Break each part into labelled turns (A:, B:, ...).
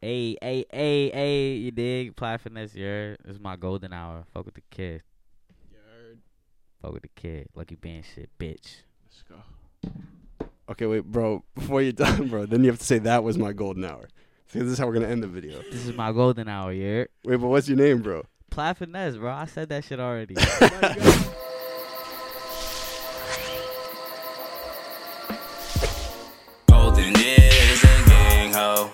A: Hey, hey, hey, hey, you dig? Apply for next year. This is my golden hour. Fuck with the kid. Fuck with the kid. Lucky band shit, bitch.
B: Let's go. Okay, wait, bro. Before you're done, bro, then you have to say that was my golden hour. See, this is how we're gonna end the video.
A: This is my golden hour, yeah.
B: Wait, but what's your name, bro?
A: Apply for next, bro. I said that shit already.
C: Golden is a gang ho.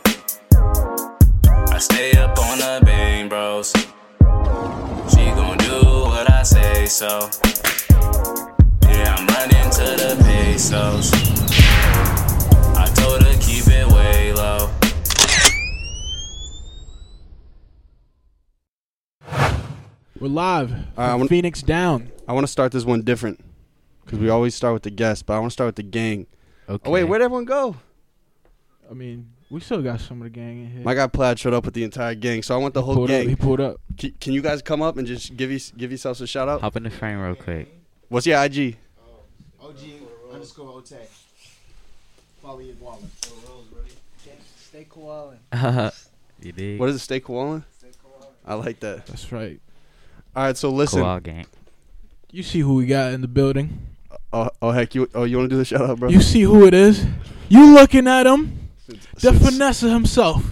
C: I stay up on the bang bros. She gon' do what I say so. Yeah, I'm running to the pesos. I told her keep it way low.
D: We're live.
B: Uh, I
D: from
B: wanna-
D: Phoenix down.
B: I want to start this one different because we always start with the guest, but I want to start with the gang.
A: Okay.
B: Oh wait, where'd everyone go?
D: I mean, we still got some of the gang in here.
B: My guy Plaid showed up with the entire gang, so I want the whole
D: pulled up. He
B: gang.
D: pulled up.
B: Can, can you guys come up and just give you, give yourselves a shout out?
A: Hop in the frame real quick.
B: What's your IG?
E: OG underscore OTE. Follow your wallet. Stay koala.
A: you dig?
B: What is it? Stay koala. I like that.
D: That's right.
B: All right, so listen.
A: Koala gang.
D: You see who we got in the building.
B: Oh, oh heck, you oh you want to do the shout out, bro?
D: You see who it is. You looking at him.
B: Since-
D: The
B: since-
D: finesse himself.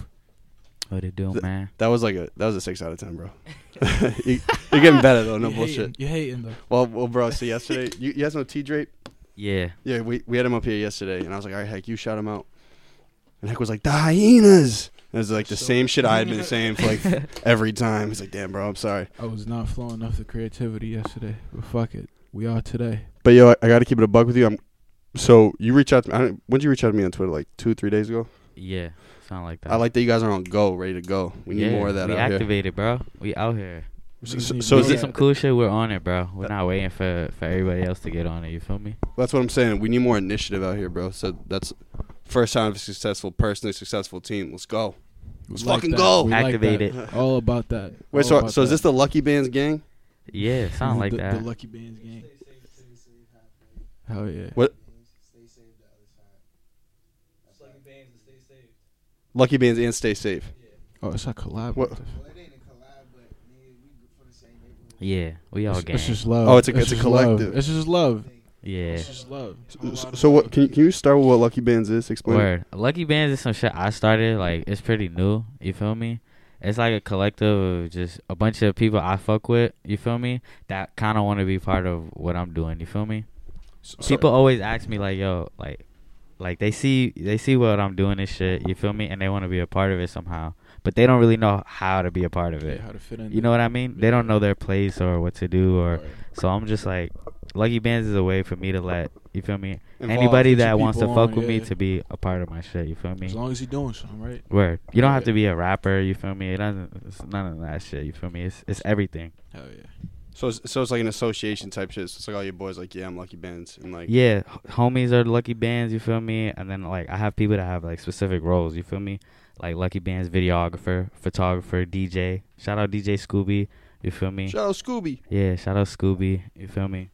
A: What it do,
B: Th-
A: man?
B: that was like a that was a six out of ten, bro. you, are getting better though, Oh, no
D: You
B: bullshit.
D: hating- You hating though.
B: Well, well, bro. So yesterday, you, you guys know T Drape.
A: Yeah.
B: Yeah, we, we had him up here yesterday, and I was like, all right, Heck, you shout him out. And Heck was like, the hyenas. And it was like the same shit I had been saying for like every time. He's like, damn, bro, I'm sorry.
D: I was not flowing off the creativity yesterday, but fuck it. We are today.
B: But yo, I, I got to keep it a buck with you. I'm so you reach out. To me, I don't, when did you reach out to me on Twitter? Like two, three days ago.
A: Yeah. Sound like that.
B: I like that you guys are on go, ready to go. We need
A: yeah,
B: more of that
A: We
B: out here.
A: activated, bro. We out here.
B: So,
D: We
B: so-
D: need
B: so
D: more
A: we
B: is
D: of
A: did
B: this,
A: some cool shit. We're on it, bro. We're not waiting for for everybody else to get on it. You feel me?
B: that's what I'm saying. We need more initiative out here, bro. So that's first time of a successful, personally successful team. Let's go. Let's
D: like
B: fucking
D: that.
B: go.
D: We like
A: Activate
D: that. All about that.
B: Wait,
D: All
B: so
D: about
B: so is
D: that.
B: this the Lucky Bands gang?
A: Yeah. Sound
D: The-
A: like
D: the,
A: that.
D: The Lucky Bands gang. Hell yeah.
B: What- Lucky Bands and Stay Safe.
D: Oh, it's a collab.
B: What-
D: What the
E: Well, it ain't a collab, but nigga, we from the same neighborhood.
A: yeah. We all
D: It's,
A: gang.
D: it's just love.
B: Oh, it's a- it's a
D: just love.
B: collective.
D: It's just love.
A: yeah.
D: It's just love.
B: So, so what? Can you, can you start with what Lucky Bands is? Explain. it.
A: Word. Lucky Bands is some shit I started. Like, it's pretty new. You feel me? It's like a collective of just a bunch of people I fuck with. You feel me? That kind of want to be part of what I'm doing. You feel me?
B: So-
A: People always ask me like, "Yo, like, like they see they see what I'm doing and shit. You feel me? And they want to be a part of it somehow, but they don't really know how to be a part of
D: Yeah,
A: it.
D: how to fit in.
A: You know what I mean? They don't know their place or what to do or.
D: Right.
A: So I'm just like, Lucky Bands is a way for me to let you feel me.
B: Involve,
A: Anybody
D: get your
A: that wants to
D: people
A: fuck
D: on,
A: with me
D: yeah.
A: to be a part of my shit. You feel me?
D: As long as you're doing something, right?
A: Word. You don't have
D: Yeah.
A: to be a rapper. You feel me? It doesn't. It's none of that shit. You feel me? It's it's everything.
D: Hell yeah.
B: So it's, so it's like an association type shit. So it's like all your boys like, yeah, I'm Lucky Bands, and like,
A: Yeah, h- homies are lucky bands. You feel me? And then like I have people that have like specific roles. You feel me? Like lucky bands, videographer, photographer, DJ. Shout out DJ Scooby. You feel me?
B: shout out Scooby.
A: yeah. Shout out Scooby. You feel me?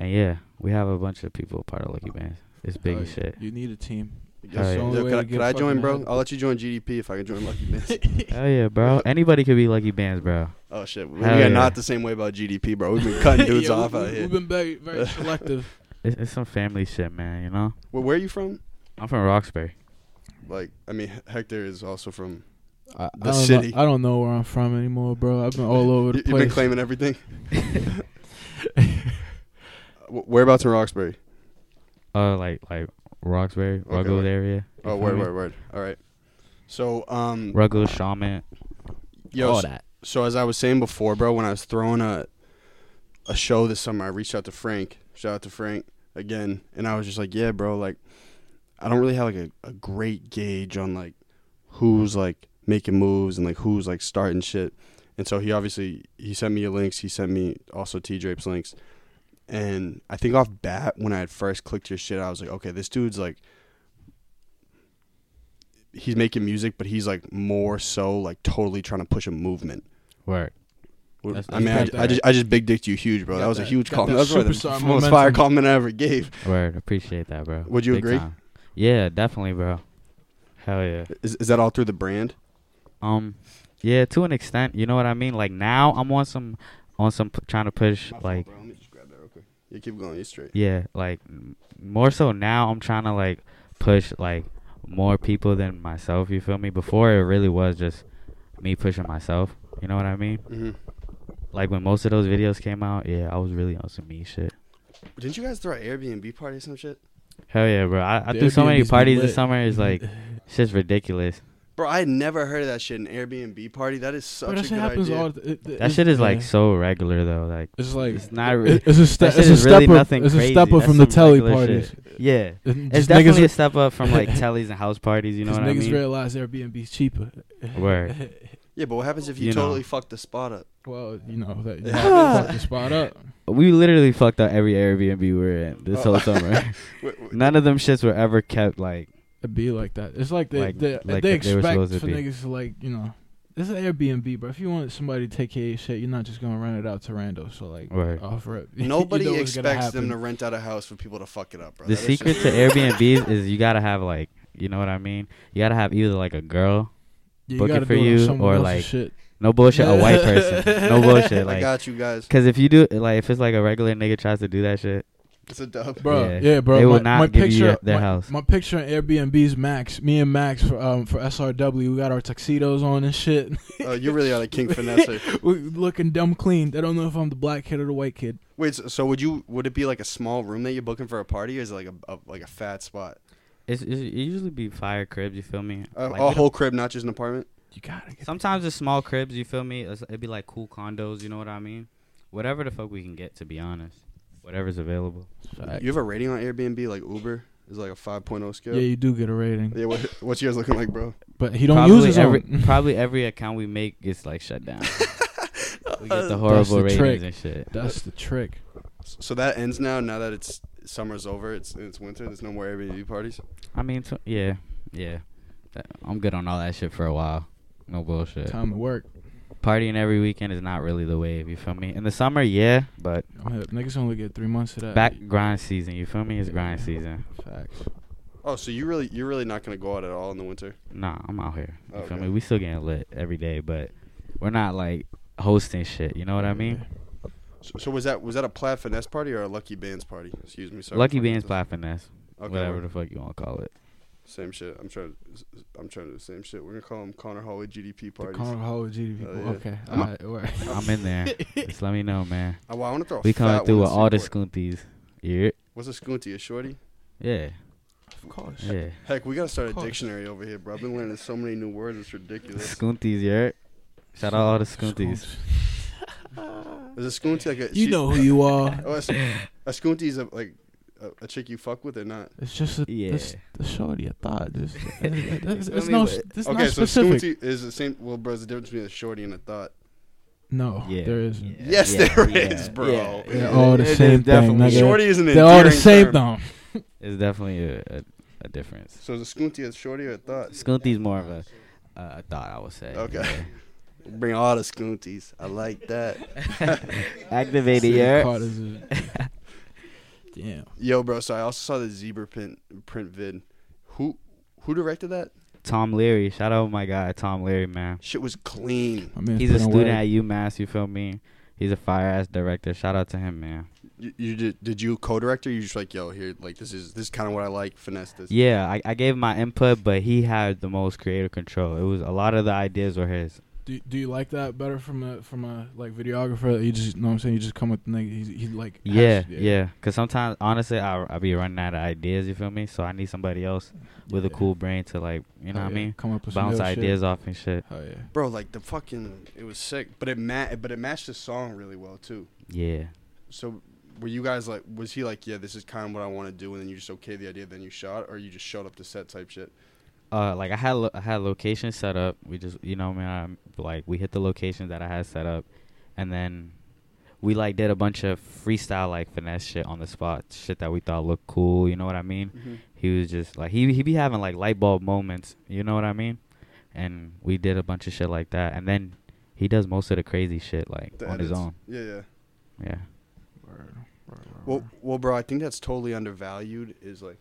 A: And yeah, we have a bunch of people part of lucky bands. It's big
D: Hell
A: as
D: yeah.
A: shit.
D: You need a team.
B: Yo,
A: Alright.
D: Only way
B: could I,
D: to get
B: could I join,
D: fucking
B: bro?
D: ahead.
B: I'll let you join GDP if I can join Lucky Bands.
A: Hell yeah, bell, bro. Anybody could be lucky bands, bro.
B: oh shit, we, we
A: Hell
B: are
A: yeah.
B: not the same way about GDP, bro. We've been cutting dudes
D: Yeah, we-
B: off out
D: we-
B: here.
D: We've been very, very selective.
A: It's, it's some family shit, man. You know.
B: Where, where are you from?
A: I'm from Roxbury.
B: Like, I mean, Hector is also from.
D: I,
B: The
D: I don't
B: city.
D: Know, I don't know where I'm from anymore, bro. I've been all over the
B: You, have
D: place.
B: been claiming everything. Wh- Whereabouts in Roxbury?
A: Uh, like like Roxbury,
B: Okay,
A: Ruggles
B: wait.
A: area. You
B: Oh,
A: feel
B: word,
D: Uh-huh.
A: me?
B: word, word. All right. So, um,
A: Ruggles, Shaman,
B: yo,
D: Oh,
A: all
B: s-
A: that.
B: So as I was saying before, bro, when I was throwing a a show this summer, I reached out to Frank. Shout out to Frank again, and I was just like, "Yeah, bro, like I don't really have like a, a great gauge on like who's like making moves and like who's like starting shit." And so he obviously he sent me your links. He sent me also T Drape's links, and I think off bat when I had first clicked your shit, I was like, "Okay, this dude's like." He's making music, but he's like more so like totally trying to push a movement.
A: Word.
B: Well,
A: That's-
B: I mean, I,
D: that's
B: I just I just big dicked you huge, bro.
D: Got
B: That was a
D: that-
B: huge
D: got
B: comment.
D: that
B: That was probably
D: superstar
B: the most fire
D: momentum.
B: comment I ever gave.
A: Word. Appreciate that, bro.
B: Would you agree?
A: time. Yeah, definitely, bro. Hell yeah.
B: Is, is that all through the brand?
A: Um, yeah, to an extent, you know what I mean. Like now, I'm on some, on some p- trying to push
B: My fault,
A: like,
B: bro. Let me just grab that real quick. You keep going. You straight.
A: yeah, like m- more so now, I'm trying to like push like more people than myself. You feel me? Before it really was just me pushing myself. You know what I mean?
B: Mm-hmm.
A: Like when most of those videos came out, yeah, I was really on some me shit.
B: Didn't you guys throw an Airbnb party or some shit?
A: Hell yeah, bro! I, I
D: The
A: threw so
D: Airbnbs
A: many
D: be
A: parties
D: lit.
A: this summer. It's like shit's ridiculous.
B: Bro, I had never heard of that shit. An Airbnb party. That is such
D: Bro,
B: a
D: that
B: good
D: shit happens
B: idea.
D: all. The, it, it-
A: That shit is
D: yeah.
A: like so regular though. Like
D: It's like
A: it's not. Re-
D: it- it's a step.
A: that shit
D: It's a
A: is really
D: step up.
A: nothing
D: It's a
A: crazy.
D: step up
A: That's
D: from the
A: some
D: telly
A: regular
D: parties.
A: yeah,
D: It's
A: it's definitely a step up from like tellies and house parties. You know what I
D: niggas
A: mean?
D: realize Airbnb's cheaper.
A: Word.
B: yeah, but what happens if you,
A: You know.
B: totally fuck the spot up?
D: Well, you know that you
B: It
A: Ah.
D: fucked the spot up.
A: We literally fucked up every Airbnb we were in this
B: Oh.
A: whole summer.
B: Wait, wait,
A: None of them shits were ever kept like
D: It'd be like that. It's like they
A: Like-
D: they,
A: like
D: they
A: they were
D: expect
A: supposed to
D: for
A: be.
D: niggas to like you know. This is Airbnb, but if you want somebody to take care of your shit, you're not just gonna rent it out to rando. So like,
A: Right.
D: offer it. You
B: Nobody
D: know what's gonna
B: expects them
D: happen.
B: to rent out a house for people to fuck it up, bro.
A: the
B: That is
A: secret
B: just-
A: to Airbnbs is you gotta have like you know what I mean. You gotta have either like a girl,
D: Yeah, you
A: book it
D: gotta
A: for
D: do on
A: you
D: someone
A: or,
D: else's
A: like,
D: shit.
A: no bullshit, a white person, no bullshit.
B: I
A: Like,
B: got you guys.
A: cause if you do like if it's like a regular nigga tries to do that shit,
B: It's a dub.
D: bro. Yeah,
A: Yeah.
D: bro.
A: They
D: my,
A: will not
D: my
A: give you
D: picture,
A: your- their
D: my,
A: house.
D: My picture on Airbnb's Max. Me and Max for um for SRW. We got our tuxedos on and shit.
B: Oh, you really are the king finesser.
D: we looking dumb clean. They don't know if I'm the black kid or the white kid.
B: Wait, so, so would you? Would it be like a small room that you're booking for a party, or is it like a, a like a fat spot?
A: it's, it's it usually be fire cribs. You feel me? Like,
B: A, a
A: we don't-
B: whole crib, not just an apartment.
D: You gotta get.
A: Sometimes it's small cribs, you feel me? It's- It'd be like cool condos, you know what I mean? Whatever the fuck we can get, to be honest. Whatever's available.
B: You have a rating on Airbnb, like Uber, is it like a 5.0 scale.
D: yeah, you do get a rating,
B: Yeah, what, what's yours looking like, bro?
D: but he don't
A: probably
D: use his
A: every
D: own.
A: probably every account we make gets like shut down. we get the
D: That's
A: horrible
D: the
A: ratings
D: trick.
A: and shit.
D: That's the trick.
B: S- So that ends now. Now that it's summer's over, it's it's winter. There's no more Airbnb parties.
A: I mean, t- yeah, yeah. That- I'm good on all that shit for a while. No bullshit.
D: Time to work.
A: Partying every weekend is not really the wave. You feel me? In the summer, yeah, but
D: I'm hip. Niggas only get three months of
B: Uh,
D: that.
A: back grind season. You feel me? It's grind season.
D: Facts.
B: Oh, so you really you're really not gonna go out at all in the winter?
A: Nah, I'm out here. You feel
B: Okay.
A: me? We still getting lit every day, but we're not like hosting shit. You know what I mean?
B: So, so was that was that a Plaid Finesse party or a Lucky Bands party? Excuse me, sorry.
A: Lucky Bands Plat Finesse,
B: Okay,
A: whatever
B: we're-
A: the fuck you want to call it.
B: Same shit. I'm trying. to- I'm trying to do the same shit. We're gonna call them Connor Hallway GDP
D: The
B: parties.
D: Conrad Hall GDP.
B: Oh, yeah.
D: Okay.
B: I'm-
D: Alright, work.
A: I'm in there. Just let me know, man.
B: Oh, well, I want to throw. A
A: We coming
B: fat
A: through
B: one
A: with
B: in
A: all the
B: Seaport.
A: scoonties. Yeah,
B: What's a scoonty? A shorty?
A: yeah,
D: Of course.
A: yeah.
B: Heck, we gotta start
D: Of
B: a
D: course.
B: dictionary over here, bro. I've been learning so many new words. It's ridiculous.
A: Scoonties, yeah. Shout out all the scoonties.
B: Is a scoonty like a?
D: You
B: she-
D: know who you are.
B: Oh, a, sc- a scoonty is a, like a, a chick you fuck with or not?
D: It's just a,
A: Yeah.
D: this, the shorty I thought. This, it's,
A: Let me
D: no,
A: wait.
D: it's
B: okay,
D: not
B: so
D: specific.
B: scoonty is the same. Well, bro, there's a difference between a shorty and a thought.
D: no,
A: Yeah.
D: there isn't.
A: Yeah,
B: yes,
A: yeah,
B: there is,
A: yeah,
B: bro.
A: yeah.
B: It-
D: They're all the
B: it is
D: same thing,
B: definitely-
D: nigga.
B: Shorty is an
D: They're all the
B: endearing
D: same
B: term.
D: though.
A: It's definitely a, a, a difference.
B: So is a scoonty a shorty or a thought?
A: Scoonties more of a, a thought, I would say.
B: Okay.
A: yeah.
B: Bring all the scoonties. I like that.
A: Activated, yeah.
D: Damn.
B: Yo, bro. So I also saw the zebra print print vid. Who who directed that?
A: Tom Leary. Shout out my guy, Tom Leary, man.
B: Shit was clean.
D: My man's
A: He's a
D: putting
A: student
D: work.
A: at UMass. You feel me? He's a fire ass director. Shout out to him, man.
B: You, you did, did you co-direct or you just like yo here like this is this is kind of what I like finesse this.
A: Yeah, I, I gave my input, but he had the most creative control. It was a lot of the ideas were his.
D: Do, do you like that better from a from a like videographer? You just you know what I'm saying. You just come with the nigga. He's he like has-
A: Yeah, yeah. Cause sometimes, honestly, I I be running out of ideas. You feel me? So I need somebody else with a
D: Yeah.
A: cool brain to like, you know
D: Hell
A: what I
D: yeah.
A: mean?
D: Come up with some
A: Bounce
D: dope
A: ideas off and shit.
D: Shit. Oh yeah.
B: Bro, like the fucking it was sick, but it ma- but it matched the song really well too.
A: Yeah.
B: So were you guys like was he like yeah this is kind of what I want to do and then you just okay the idea then you shot or you just showed up to set type shit?
A: Uh, like I had lo- I had location set up. We just you know man, I, like we hit the locations that I had set up, and then we like did a bunch of freestyle like finesse shit on the spot, shit that we thought looked cool. You know what I mean? He was just like he he be having like light bulb moments. You know what I mean? And we did a bunch of shit like that, and then he does most of the crazy shit like
B: The
A: on his
B: edits.
A: own.
B: Yeah, yeah.
A: Yeah.
D: Word, word, word,
B: Well,
D: word.
B: well, bro, I think that's totally undervalued. Is like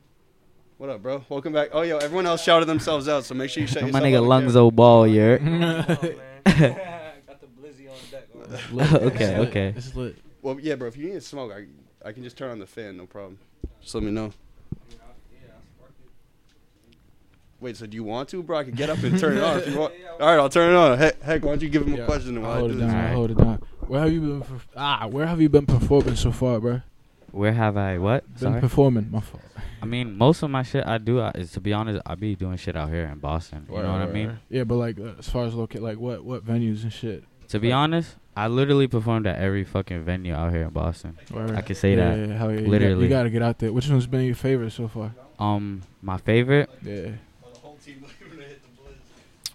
B: What up, bro? Welcome back. Oh, yo, everyone else shouted themselves out, so make sure you shout
A: I'm
B: yourself
A: my
B: out.
A: nigga
B: on camera.
A: Lunzo Ball, you're.
F: Got the blizzy on deck. already.
A: okay, okay.
D: It's lit.
B: Well, yeah, bro. If you need to smoke, I I can just turn on the fan, no problem. Just let me know. Wait, so do you want to, bro? I can get up and turn it on if you want. All right, I'll turn it on. Heck, heck why don't you give him a
D: Yeah,
B: question while
D: I'll
B: I
D: hold
B: do
D: it
B: this?
D: down.
A: Alright.
D: I'll hold it down. Where have you been? perf- ah, where have you been performing so far, bro?
A: Where have I what?
D: Been
A: Sorry.
D: performing. My fault.
A: I mean, most of my shit I do I, is to be honest, I be doing shit out here in Boston. You know what I mean?
D: Yeah, but like uh, as far as locate, like what what venues and shit.
A: To be
D: Right.
A: honest, I literally performed at every fucking venue out here in Boston.
D: Where-
A: I can say
D: yeah,
A: that.
D: Yeah, hell yeah. You got-
A: Literally.
D: you gotta get out there. Which one's been your favorite so far?
A: Um, my favorite.
D: Yeah.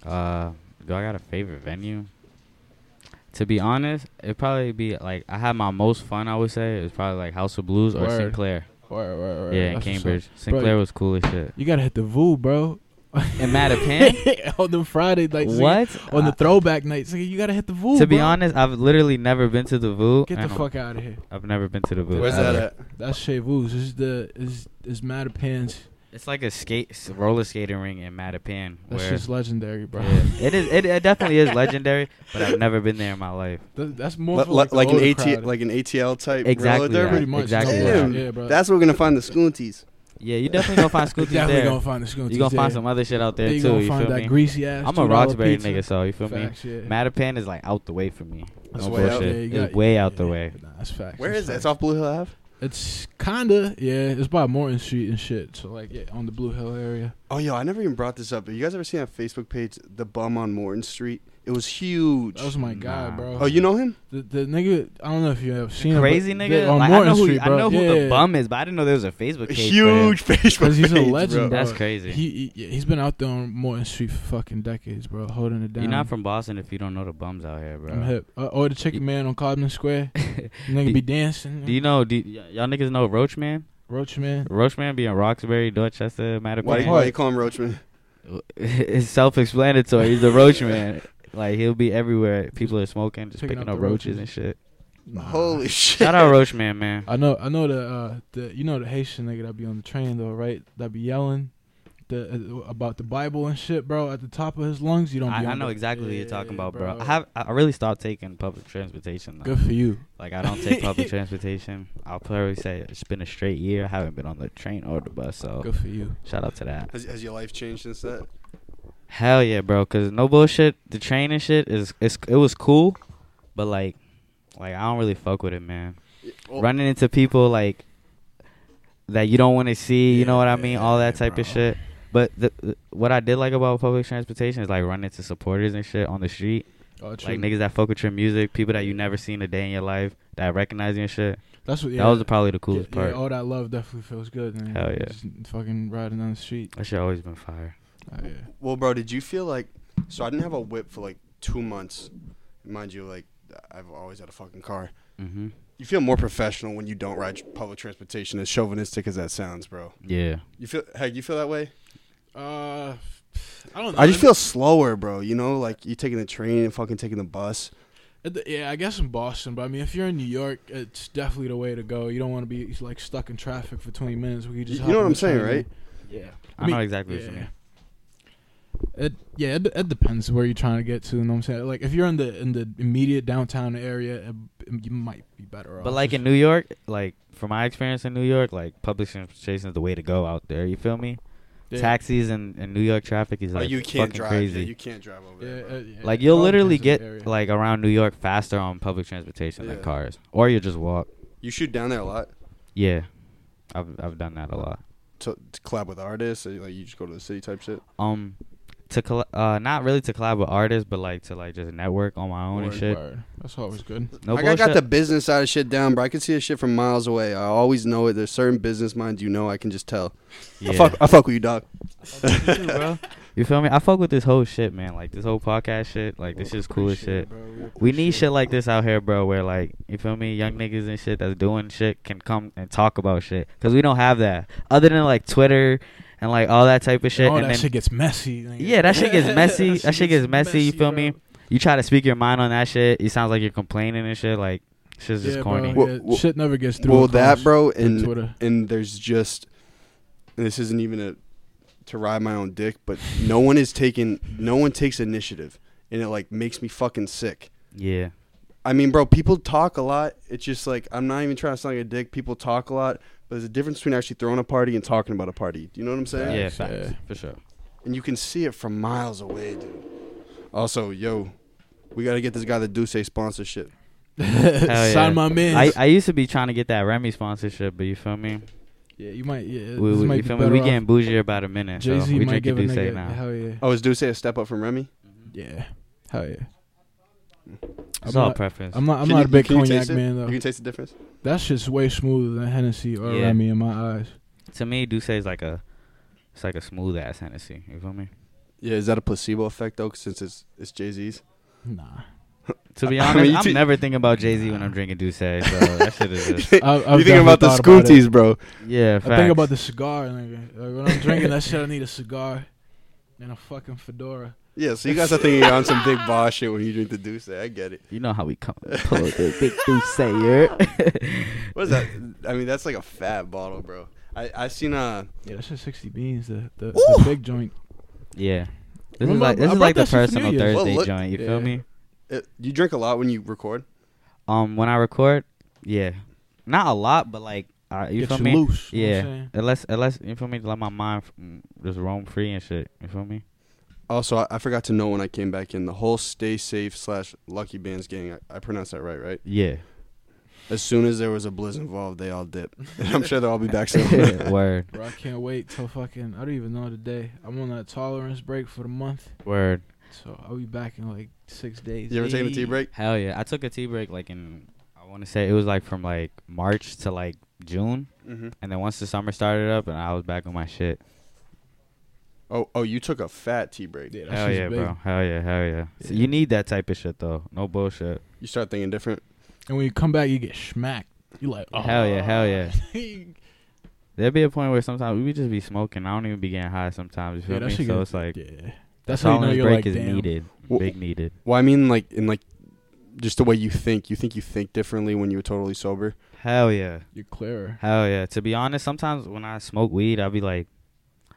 A: Uh, do I got a favorite venue? To be honest, it probably be like I had my most fun. I would say it was probably like House of Blues or
D: Word.
A: Sinclair.
D: Word, word, word.
A: yeah, in
D: That's what's up.
A: Cambridge. Sinclair was cool as shit.
D: You gotta hit the VOO, bro.
A: In Mattapan?
D: on the Friday nights. nigga.
A: what?
D: On the
A: Uh,
D: throwback nights. nigga, You gotta hit the VOO.
A: to be
D: bro.
A: honest, I've literally never been to the VU.
D: Get the
A: and
D: fuck out of here.
A: I've never been to the VU.
B: Where's that
A: ever.
B: at?
D: That's Shea Voo's. This is the is is Mattapan's.
A: It's like a skate s- roller skating ring in Mattapan.
D: That's
A: where-
D: just legendary, bro.
A: Yeah, it is. It, it definitely is legendary, but I've never been there in my life.
D: Th- That's more
B: Li-
D: for
B: li-
D: like,
B: Like,
D: the
B: an
D: older
B: AT,
D: crowd.
B: like an ATL type
A: Exactly
B: roller
A: that.
B: derby.
D: pretty much.
A: Exactly
D: Damn.
B: that.
D: Yeah, bro.
B: That's where we're gonna find the scoonties.
A: Yeah, you definitely gonna find
D: You
A: Scooters
D: definitely
A: there.
D: gonna find the school.
A: you gonna find some other shit out there
D: you
A: too.
D: gonna
A: You
D: find
A: feel
D: that
A: me?
D: greasy ass.
A: I'm a
D: $2
A: Roxbury
D: pizza.
A: nigga, so you feel me?
D: Facts, yeah.
A: Mattapan is like out the way for me.
D: That's
A: no
B: way out
A: bullshit.
D: there. You
A: It's
D: got-
A: way
D: yeah,
A: out the
D: yeah,
A: way.
D: Nah, that's facts.
B: Where
D: that's
B: is that? It's
D: facts.
B: off Blue Hill Ave.
D: It's kinda yeah. It's by Morton Street and shit. So like yeah, on the Blue Hill area.
B: Oh, yo, I never even brought this up. But you guys ever seen that Facebook page, the bum on Morton Street? It was huge.
D: That was my guy,
A: Nah.
D: bro.
B: oh, you know him?
D: the, the nigga. I don't know if you have seen him, but
A: Crazy
D: the-
A: nigga.
D: on
A: Like, I
D: Morton
A: know who,
D: Street,
A: I
D: bro.
A: know who
D: yeah,
A: the bum is, but I didn't know there was a Facebook
B: A
A: page. for him.
B: huge Facebook page.
D: Because he's a
B: bro.
D: legend.
A: That's
D: bro.
A: crazy.
D: He, he he's been out there on Morton Street for fucking decades, bro, holding it down.
A: You're not from Boston if you don't know the bums out here, bro.
D: I'm hip. Uh, or the chicken man on Cobden Square. nigga
A: Do-
D: be dancing.
A: Do you know? Do y- y'all niggas know Roach Man?
D: Roach man.
A: Roach Man be in Roxbury, Dorchester,
B: Why,
A: Mattapan.
B: why you call him Roachman?
A: it's self-explanatory. He's the roach man. Like he'll be everywhere. People are smoking, just
D: Picking
A: picking,
D: up
A: up
D: the
A: roaches
D: roaches.
A: and shit.
D: Nah.
B: Holy shit!
A: Shout out roach man, man.
D: I know. I know the uh the you know the Haitian nigga that be on the train though, right? That be yelling. The, uh, about the Bible and shit, bro, at the top of his lungs. You don't.
A: I,
D: be
A: I
D: on
A: know
D: the-
A: exactly what you're
D: Yeah,
A: talking about, bro. I have I really stopped taking public transportation. Though.
D: Good for you.
A: Like I don't take public transportation. I'll probably say it's been a straight year. I haven't been on the train or the bus. So
D: Good for you.
A: shout out to that.
B: Has, has your life changed since that?
A: Hell yeah, bro. Cause no bullshit. The train and shit is it's it was cool, but like like I don't really fuck with it, man.
B: Well,
A: running into people like that you don't want to see. You know what I
D: Yeah,
A: mean? All that type
D: bro.
A: of shit. But the, the- what I did like about public transportation is like running into supporters and shit on the street,
D: Oh, true.
A: like niggas that fuck with your music, people that you never seen a day in your life that recognize you and shit.
D: That's what. Yeah,
A: That was probably the coolest
D: yeah, yeah,
A: part.
D: all that love definitely feels good. Man.
A: Hell yeah.
D: Just fucking riding down the street.
A: that shit always been fire.
D: Oh, yeah.
B: well, bro, did you feel like? So I didn't have a whip for like two months, mind you. Like I've always had a fucking car.
A: Mm-hmm.
B: You feel more professional when you don't ride tr- public transportation, as chauvinistic as that sounds, bro.
A: Yeah.
B: You feel? Heck, you feel that way?
D: Uh, I don't. Know.
B: I just feel slower, bro. You know, like you taking the train and fucking taking the bus.
D: It d- Yeah, I guess in Boston, but I mean, if you're in New York, it's definitely the way to go. You don't want to be like stuck in traffic for 20 minutes. Where you just
B: You
D: hop
B: know
D: on
B: what I'm
D: the train
B: saying, right?
D: Yeah,
A: I, know exactly what you mean.
D: It yeah, it, it depends where you're trying to get to. You know what I'm saying? Like if you're in the in the immediate downtown area, it, it- you might be better off.
A: But like in
D: Just-
A: New York, like from my experience in New York, like public transportation is the way to go out there. You feel me?
D: yeah,
A: Taxis and, and New York traffic is
B: Oh,
A: like
B: you can't
A: fucking
B: drive.
A: crazy.
B: Yeah, you can't drive over
D: yeah,
B: there.
D: uh,
B: Bro.
D: yeah,
A: Like
D: it
A: you'll
D: all
A: literally
D: depends
A: get
D: on the area.
A: like around New York faster on public transportation
B: Yeah.
A: than cars, or you just walk.
B: You shoot down there a lot
A: Yeah, I've I've done that a lot.
B: to, to collab with artists. Or, like you just go to the city type shit.
A: Um, to coll- uh not really to collab with artists, but like to like just network on my own and
B: Word,
A: shit.
D: Word. That's always good.
A: No
B: like I got the
A: bullshit.
B: business side of shit down, bro. I can see this shit from miles away. I always know it. There's certain business minds you know. I can just tell.
A: yeah.
B: I fuck, I fuck with you, dog.
A: you, bro. You feel me? I fuck with this whole shit, man. Like this whole podcast shit. Like this is cool as shit. We need shit like this out here, bro. Where like you feel me, young niggas and shit that's doing shit can come and talk about shit because we don't have that other than like Twitter and like all that type of shit.
D: All
A: and
D: that
A: then
D: shit gets messy. nigga.
A: Yeah, that shit gets messy. that shit gets messy. You feel
D: bro.
A: me? You try to speak your mind on that shit. It sounds like you're complaining and shit. Like shit's just
D: Yeah, bro,
A: corny.
B: Well-
D: yeah,
B: Well-
D: shit never gets through.
B: Well,
D: across
B: that, bro,
D: through
B: and
D: Twitter.
B: and there's just and this isn't even a to ride my own dick, but no one is taking no one takes initiative, and it like makes me fucking sick.
A: Yeah.
B: I mean, bro, people talk a lot. It's just like I'm not even trying to sound like a dick. People talk a lot, but there's a difference between actually throwing a party and talking about a party. Do you know what I'm saying?
A: Yeah,
D: Facts,
A: facts.
D: yeah.
A: For sure.
B: and you can see it from miles away, dude. Also, yo, we gotta get this guy the Duce sponsorship.
A: yeah.
D: Sign my man.
A: I, I used to be trying to get that Remy sponsorship, but you feel me?
D: yeah, you might. Yeah,
A: We,
D: this
A: we,
D: might
A: you
D: be
A: feel me?
D: better
A: we
D: off.
A: getting bougie about a minute.
D: Jay
A: so
D: Z
A: we
D: might give a
A: drinking Douce
D: nigga.
A: now.
D: Hell yeah.
B: Oh, is Duce a step up from Remy?
D: Yeah. Hell yeah.
A: It's
D: I'm
A: all
D: not,
A: preference.
D: I'm not. I'm
B: Can
D: not
B: you-
D: a big
B: can you
D: cognac
B: taste it?
D: man though.
B: You can taste the difference.
D: That shit's way smoother than Hennessy or
A: Yeah.
D: Remy in my eyes.
A: to me, Douce is like a, it's like a smooth ass Hennessy. You feel me?
B: Yeah, is that a placebo effect though? Since it's it's Jay Z's.
D: Nah.
A: To be
B: I
A: honest, I
B: mean, you
A: am
B: t-
A: never thinking about Jay Z when I'm drinking Douce. So that shit is just
D: I, I've
B: You thinking
D: definitely
B: about the
D: thought about it.
B: scooties, bro?
A: yeah. Facts.
D: I think about the cigar, nigga. Like, when I'm drinking that shit, I need a cigar and a fucking fedora.
B: Yeah, so you guys are thinking you're on some big boss shit when you drink the Douce. I get it.
A: You know how we come pull out the big Douce, yeah.
B: What is that? I mean, that's like a fat bottle, bro. I I seen uh
D: Yeah, that's just 60 beans, the, the, the big joint.
A: yeah. This is
D: Remember,
A: like
D: I
A: this is
D: brought
A: like the
D: that shit for
A: personal
D: New Year's.
A: Thursday
B: Well, look-
A: joint. You
D: Yeah.
A: feel me?
B: it, you drink a lot when you record.
A: Um, when I record, yeah, not a lot, but like, uh, you
D: Get
A: feel
D: you
A: me?
D: loose. you know what
A: Yeah,
D: I'm saying?
A: unless unless you feel me, let my mind mm, just roam free and shit. You feel me?
B: Also, I, I forgot to know when I came back in. The whole "Stay Safe" slash Lucky Bands gang. I, I pronounced that right, right?
A: Yeah.
B: As soon as there was a blizz involved, they all dipped. And I'm sure they'll all be back soon.
A: word,
D: Bro, I can't wait till fucking, I don't even know the day. I'm on that tolerance break for the month,
A: word.
D: so I'll be back in like six days.
B: you ever taking a tea
D: Hey.
B: break?
A: Hell yeah! I took a tea break like in I want to say it was like from like March to like June,
B: Mm-hmm.
A: and then once the summer started up, and I was back on my shit.
B: Oh, oh, you took a fat tea break.
D: Yeah, that
A: Hell
D: shit's
A: yeah,
D: big.
A: bro! Hell yeah! Hell yeah! So
D: Yeah.
A: you need that type of shit though. No bullshit.
B: You start thinking different.
D: And when you come back, you get smacked. You like, oh.
A: Hell yeah, hell yeah.
D: yeah,
A: There'd be a point where sometimes we just be smoking. I don't even be getting high sometimes. You feel
D: that
A: me?
D: shit
A: So
D: get-
A: it's like
D: yeah. That's how you know
A: tolerance
D: you're
A: break
D: like,
A: is
D: damn.
A: needed.
B: Wh-
A: Big needed.
B: Well, I mean, like in like just the way you think. You think you think differently when you're totally sober.
A: Hell yeah.
D: You're clearer.
A: Hell yeah! To be honest, sometimes when I smoke weed, I'll be like,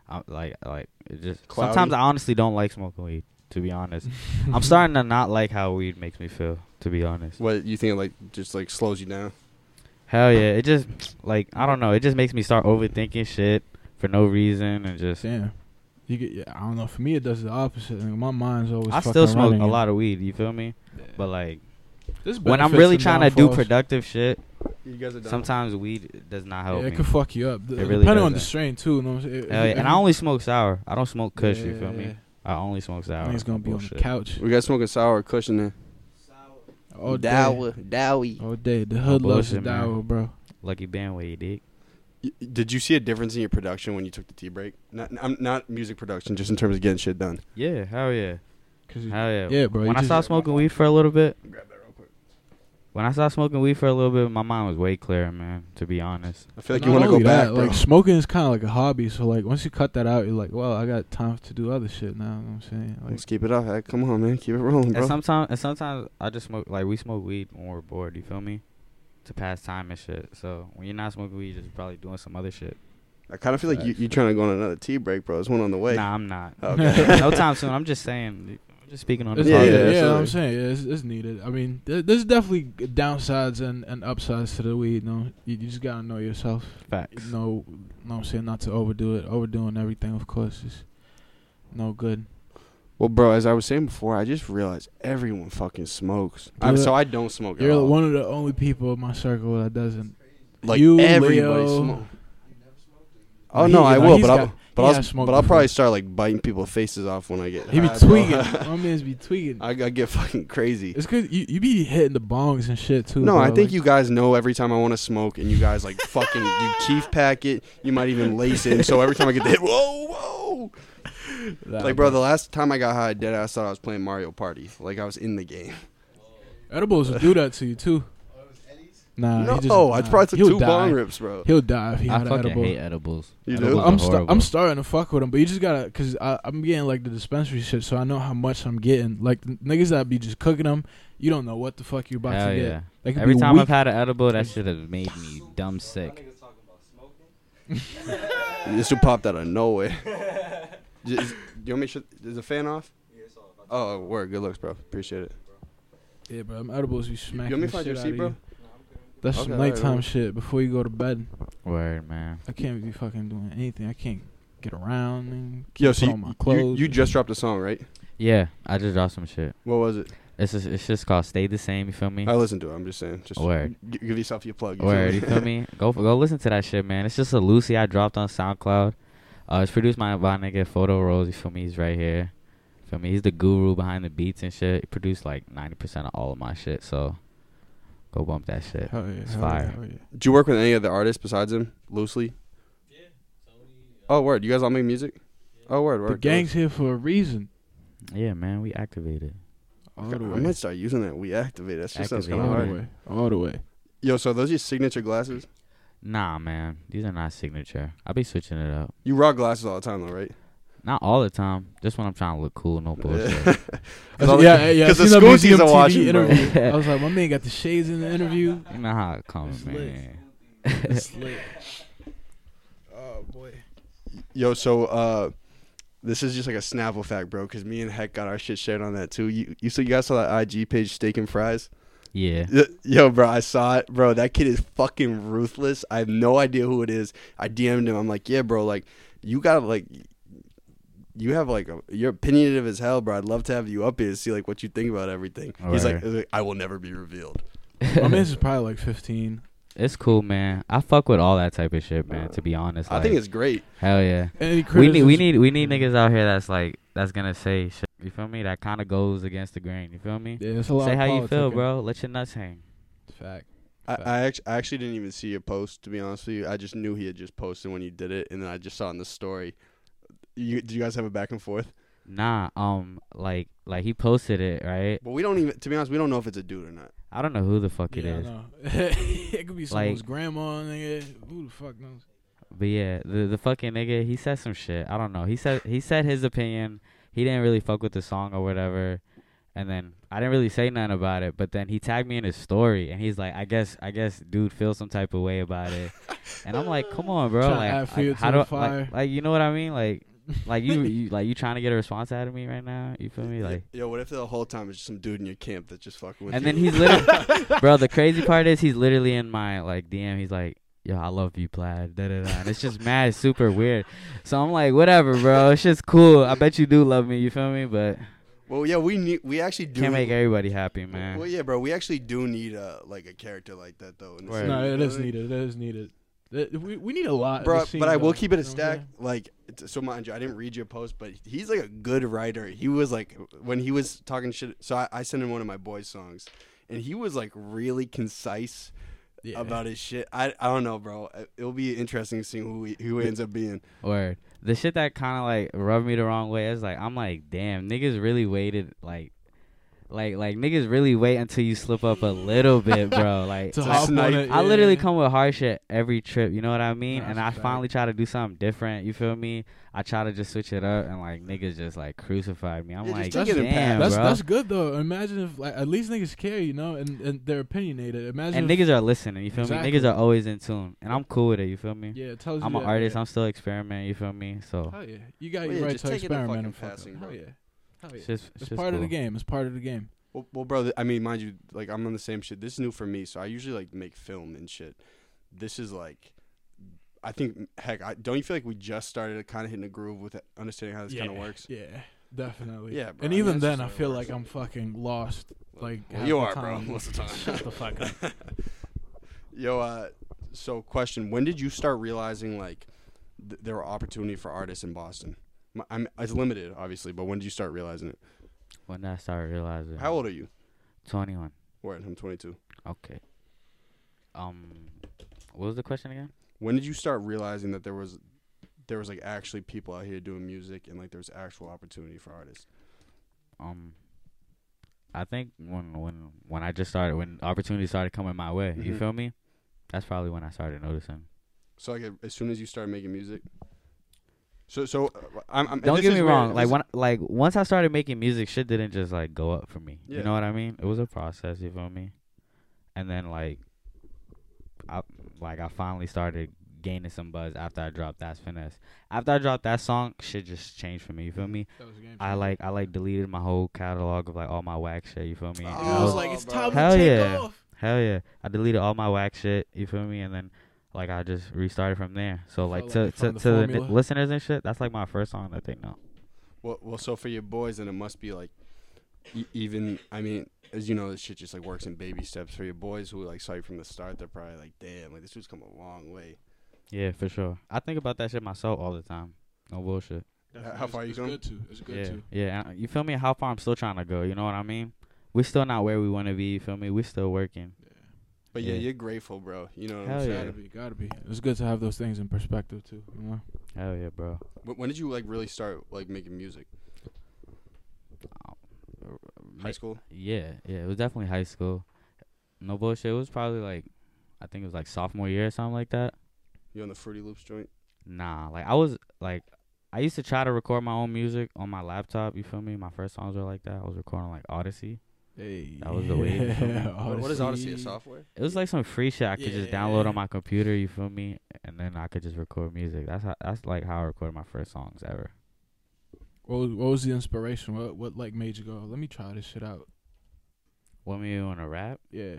A: I like like it just.
B: Cloudy?
A: Sometimes I honestly don't like smoking weed. To be honest, I'm starting to not like how weed makes me feel. To be honest,
B: What you think? Like just like slows you down.
A: hell yeah! It just like I don't know. It just makes me start overthinking shit for no reason and just.
D: Damn. You get, yeah, I don't know. For me, it does the opposite. Like, my mind's always.
A: I
D: fucking
A: still smoke
D: running.
A: a lot of weed. You feel me?
D: Yeah.
A: But like
D: There's
A: when I'm
D: benefits
A: really
D: and
A: trying to do
D: downfalls.
A: productive shit,
B: You guys are
A: sometimes weed does not
D: Yeah,
A: help
D: it
A: me.
D: could fuck you up. D-
A: It really
D: Depending
A: does
D: on the
A: that.
D: strain too. You know what I'm saying?
A: Hell yeah! And I only smoke sour. I don't smoke Kush. You feel
D: Yeah.
A: me? I only smoke sour.
D: Niggas gonna be on
A: Bullshit.
D: the couch
B: We got smoking sour cushion there.
D: all day.
B: Dowie.
D: All day. The hood loves the
A: bullshit, man.
D: dower, bro.
A: Lucky bandway, you dig?
B: Did you see a difference in your production when you took the tea break? Not, I'm not music production, just in terms of getting shit done.
A: Yeah, hell yeah.
D: 'Cause you-
A: Hell yeah.
D: Yeah, bro.
A: when
D: you
A: I
D: just-
A: stopped smoking weed for a little bit,
B: Grab that real quick.
A: when I stopped smoking weed for a little bit, my mind was way clearer, man. To be honest,
B: I feel like
D: Not
B: you want to go
D: only
B: back,
D: that,
B: bro.
D: Like smoking is kind of like a hobby. So like once you cut that out, you're like, well, I got time to do other shit now. You know what I'm saying? Like,
B: Let's keep it up. Heck. Come on, man. Keep it rolling, bro.
A: and sometimes and sometimes I just smoke like we smoke weed when we're bored. You feel me? To pass time and shit. So when you're not smoking weed, you're just probably doing some other shit.
B: I kind of feel like you, you're trying to go on another tea break, bro. There's one on the way.
A: Nah, I'm not.
B: Okay.
A: no time soon. I'm just saying. I'm just speaking on the
D: It's
B: Yeah,
A: yeah,
D: needed,
B: yeah,
D: yeah,
B: absolutely.
D: I'm saying yeah, it's, it's needed. I mean, th- there's definitely g- downsides and, and upsides to the weed. You know, you, you just gotta know yourself.
A: Facts.
D: No, no, I'm saying not to overdo it. Overdoing everything, of course, is no good.
B: Well, bro, as I was saying before, I just realized everyone fucking smokes. I'm,
D: You're-
B: so I don't smoke at
D: You're
B: all.
D: one of the only people in my circle that doesn't.
B: like
D: you,
B: everybody
D: Leo.
B: smokes. Oh
D: He-
B: no, I
D: no,
B: will,
D: he's
B: but I'll,
D: got-
B: but
D: he
B: I'll,
D: has
B: s-
D: smoked
B: but I'll
D: before.
B: probably start like biting people faces off when I get.
D: He be
B: high, bro.
D: tweaking. my man's be tweaking.
B: I, I get fucking crazy.
D: It's cause you, you be hitting the bongs and shit too.
B: No,
D: bro.
B: I think
D: like,
B: you guys know every time I want to smoke, and you guys like fucking you keef pack it. You might even lace it. And so every time I get the hit, whoa, whoa.
D: nah,
B: Like, bro, the last time I got high, dead ass thought I was playing Mario Party. Like I was in the game.
D: edibles will do that to you too. Nah, he
B: no, oh,
D: just,
B: I
D: nah,
B: probably took
D: he'll
B: two
D: die.
B: bong rips, bro.
D: He'll die if he
A: I
D: had an
A: fucking
D: edible.
A: hate edibles.
B: You do?
A: edibles
D: I'm
A: are
D: sta-
A: horrible.
D: I'm starting to fuck with them, but you just gotta cause I, I'm getting like the dispensary shit, so I know how much I'm getting. Like the niggas that be just cooking them, you don't know what the fuck you about
A: Hell
D: to
A: yeah.
D: get. Like
A: Every time
D: weak.
A: I've had an edible, that should have made me dumb sick.
B: this will popped out of nowhere. Just, do you want me to shut is the fan off? Oh, word. Good looks, bro. Appreciate it.
D: Yeah, bro. I'm edibles. You
B: You
D: smack.
B: want me
D: the
B: to find
D: shit
B: your
D: out
B: seat,
D: of
B: bro?
D: you. That's
B: Okay,
D: some
B: alright,
D: nighttime
B: alright.
D: shit before you go to bed.
A: Word, man.
D: I can't be fucking doing anything. I can't get around. And
B: Yo, so
D: put
B: you,
D: on my
B: you-
D: clothes
B: you
D: and-
B: just dropped a song, right?
A: Yeah, I just dropped some shit.
B: What was it?
A: It's just, it's just called "Stay the Same." You feel me?
B: I listened to it. I'm just saying. Just
A: Word.
B: g- give yourself your plug.
A: Word, you feel me? Go for, go listen to that shit, man. It's just a Lucy I dropped on SoundCloud. Uh, it's produced by my nigga Photo Rose. You feel me? He's right here. Feel me? He's the guru behind the beats and shit. He produced like ninety percent of all of my shit. So go bump that shit.
D: Hell yeah,
A: It's
D: hell
A: fire.
D: Yeah, hell yeah.
B: Do you work with any other artists besides him, loosely? Oh, word. You guys all make music? Oh, word. word
D: The
B: good
D: gang's here for a reason.
A: Yeah, man. We activated.
D: All
B: looks.
D: the
B: I
D: way.
B: might start using that. We activate. That shit sounds kind
A: Activate.
B: of
D: All the
B: hard.
D: way. All the way.
B: Yo, so those are your signature glasses?
A: Nah, man. These are not signature. I be switching it up.
B: You rock glasses all the time, though, right?
A: Not all the time. Just when I'm trying to look cool. No bullshit.
B: all-
D: yeah, yeah.
B: 'cause the
D: I've seen that
B: Scoozies
D: BDMTV
B: are watching, bro.
D: interview. I was like, my man got the shades in the interview.
A: you know how it comes,
D: It's lit.
A: man.
D: It's lit.
E: Oh boy.
B: Yo, so uh, this is just like a snaffle fact, bro. Because me and Heck got our shit shared on that too. You, you, so you guys saw that IG page, Steak and Fries?
A: Yeah.
B: Y- Yo, bro, I saw it, bro. That kid is fucking ruthless. I have no idea who it is. I DM'd him. I'm like, yeah, bro, like you gotta like, you have like a, you're opinionative as hell, bro. I'd love to have you up here to see like what you think about everything. He's like,
A: Right.
B: he's like, Oh, I will never be revealed.
D: my man's is probably like 15.
A: It's cool, man. I fuck with all that type of shit, man. To be honest,
B: I think
A: like,
B: it's great.
A: hell yeah.
D: And he
A: We need we
D: criticisms-
A: need we need niggas out here that's like that's gonna say shit. You feel me? That kind of goes against the grain. You feel me?
D: Yeah, it's a lot
A: Say
D: of
A: how you feel,
D: politicking.
A: bro. Let your nuts hang.
D: Fact.
B: I, I, actually, I actually didn't even see your post to be honest with you. I just knew he had just posted when you did it, and then I just saw in the story. You, do you guys have a back and forth?
A: Nah, um, like like he posted it right.
B: But we don't even. To be honest, we don't know if it's a dude or not.
A: I don't know who the fuck it
D: yeah, I
A: is,
D: know. it could be someone's
A: Like-
D: grandma, nigga. Who the fuck knows?
A: but yeah, the the fucking nigga he said some shit. I don't know. He said he said his opinion. He didn't really fuck with the song or whatever. And then I didn't really say nothing about it. But then he tagged me in his story, and he's like, "I guess I guess dude feels some type of way about it." and I'm like, "Come on, bro.
D: Tryna
A: Like,
D: add fuel
A: like,
D: to
A: how
D: the
A: do I-
D: fire.
A: like like you know what I mean? Like like you, you like you trying to get a response out of me right now? You feel me? Like."
B: yo, what if the whole time it's just some dude in your camp that's just fucking with
A: And
B: you?
A: then he's literally, bro. The crazy part is he's literally in my like DM. He's like, "Yo, I love you, plaid." Da da da. And it's just mad, it's super weird. So I'm like, whatever, bro. It's just cool. I bet you do love me. You feel me? But
B: Well, yeah, we need. We actually do.
A: can't make everybody happy, man.
B: Well, yeah, bro. We actually do need a like a character like that though. in the
A: Right.
B: scene,
D: No,
B: you
D: it
B: know
D: is
B: what I mean?
D: needed. It is needed. It- we, we need a lot.
B: Bro,
D: of the
B: but I
D: scene,
B: will
D: though.
B: keep it
D: uh, You
B: a
D: know what
B: stack.
D: I'm
B: Like, it's- so mind you, I didn't read your post, but he's like a good writer. He was like, when he was talking shit. So I, I sent him one of my boys' songs, and he was like really concise
D: saying? Yeah.
B: about his shit. I, I don't know, bro. It- It'll be interesting seeing who he, who ends up being.
A: Or the shit that kind of like rubbed me the wrong way. It's like I'm like, damn, niggas really waited like. Like like niggas really wait until you slip up a little bit, bro. Like
D: to
B: a
D: hop
B: snipe.
D: on it.
A: I literally
D: yeah.
A: come with hard shit every trip. You know what I mean?
D: Nah,
A: and I
D: that's a fact.
A: finally try to do something different. You feel me? I try to just switch it up, and like niggas just like crucified me. I'm
B: Yeah, just
A: like,
B: take
A: damn,
B: it and pass.
D: That's
A: bro.
D: that's good though. Imagine if like at least niggas care, you know, and, and they're opinionated. Imagine
A: and
D: if,
A: niggas are listening. You feel me?
D: Exactly.
A: Niggas are always in tune, and I'm cool with it. You feel me?
D: Yeah, it tells
A: I'm
D: you
A: an
D: that,
A: artist.
D: Yeah.
A: I'm still experimenting. You feel me? So
D: Hell yeah, you got
B: Well,
D: your
B: yeah,
D: right
B: just
D: to
B: take it and
D: experiment and
B: fucking
D: fuck
B: pass
D: passing,
B: it,
D: Hell
B: bro.
D: yeah, hell yeah.
A: it's just, it's
D: It's
A: just
D: part of the
A: cool.
D: game. It's part of the game.
B: Well, well, bro. th- I mean, mind you, like I'm on the same shit. This is new for me, so I usually like make film and shit. This is like, I think, heck, I, don't you feel like we just started kind of hitting a groove with understanding how this kind of works?
D: Yeah, definitely.
B: Yeah, bro, I
D: And
B: mean,
D: even
B: that's
D: then,
B: just
D: I
B: how it
D: feel
B: works.
D: like I'm fucking lost. Like
B: Well,
D: half
B: you
D: the
B: are,
D: time.
B: bro. Most of the time.
D: Shut the fuck up.
B: Yo, uh, so question: When did you start realizing like th- there were opportunity for artists in Boston? M- I'm it's limited, obviously, but when did you start realizing it?
A: When I started realizing,
B: How old are you?
A: 21.
B: Word, I'm 22.
A: Okay. Um, what was the question again?
B: When did you start realizing that there was there was like actually people out here doing music and like there was actual opportunity for artists?
A: um I think when when when I just started when opportunities started coming my way, you
B: Mhm.
A: feel me? That's probably when I started noticing.
B: So like a- as soon as you started making music. So so uh, I'm, I'm and
A: Don't
B: this
A: get
B: is
A: me
B: where-
A: wrong. Like
B: this-
A: when like once I started making music, shit didn't just like go up for me.
B: Yeah.
A: You know what I mean? It was a process. You feel me? And then like I like I finally started gaining some buzz after I dropped That's Finesse. After I dropped that song, shit just changed for me. You feel me?
D: That was a
B: Mm-hmm.
D: game.
A: I like I like deleted my whole catalog of like all my whack shit. You feel me?
B: Oh,
A: And
E: I
A: I
E: was
A: was-
E: like, it's
B: bro.
E: time to
A: Hell
E: take
A: yeah.
E: off.
A: hell yeah, I deleted all my whack shit. You feel me? And then like I just restarted from there. So like
D: like
A: to
D: you
A: to,
D: found the
A: to the
D: formula.
A: listeners and shit, that's like my first song that they know.
B: Well, well, so for your boys, then it must be like, e- even I mean, as you know, this shit just like works in baby steps. For your boys who like saw you from the start, they're probably like, damn, like this dude's come a long way.
A: Yeah, for sure. I think about that shit myself all the time. No bullshit.
B: How far you
D: it's
B: going?
D: Good too. It's good
A: yeah,
D: too.
A: Yeah, and uh, you feel me? How far I'm still trying to go. You know what I mean? We're still not where we want to be. You feel me? We're still working.
B: But yeah,
A: Yeah.
B: you're grateful, bro. You know what
A: Hell
B: I'm
A: yeah.
B: saying?
D: Gotta be, gotta be. It's good to have those things in perspective too. You know?
A: Hell yeah, bro.
B: Wh- When did you like really start like making music?
A: Oh,
B: High school.
A: Yeah, yeah. It was definitely high school. No bullshit. It was probably like, I think it was like sophomore year or something like that.
B: You on the Fruity Loops joint?
A: Nah, like I was like, I used to try to record my own music on my laptop. You feel me? My first songs were like that. I was recording like Odyssey.
D: Hey,
A: That was the way.
B: What- What is Odyssey? A software?
A: It was like some free shit I could just download
D: Yeah.
A: on my computer. You feel me? And then I could just record music. That's how. That's like how I recorded my first songs ever.
D: What was, what was the inspiration? What what like made you go? Let me try this shit out.
A: What made you want to rap?
D: Yeah.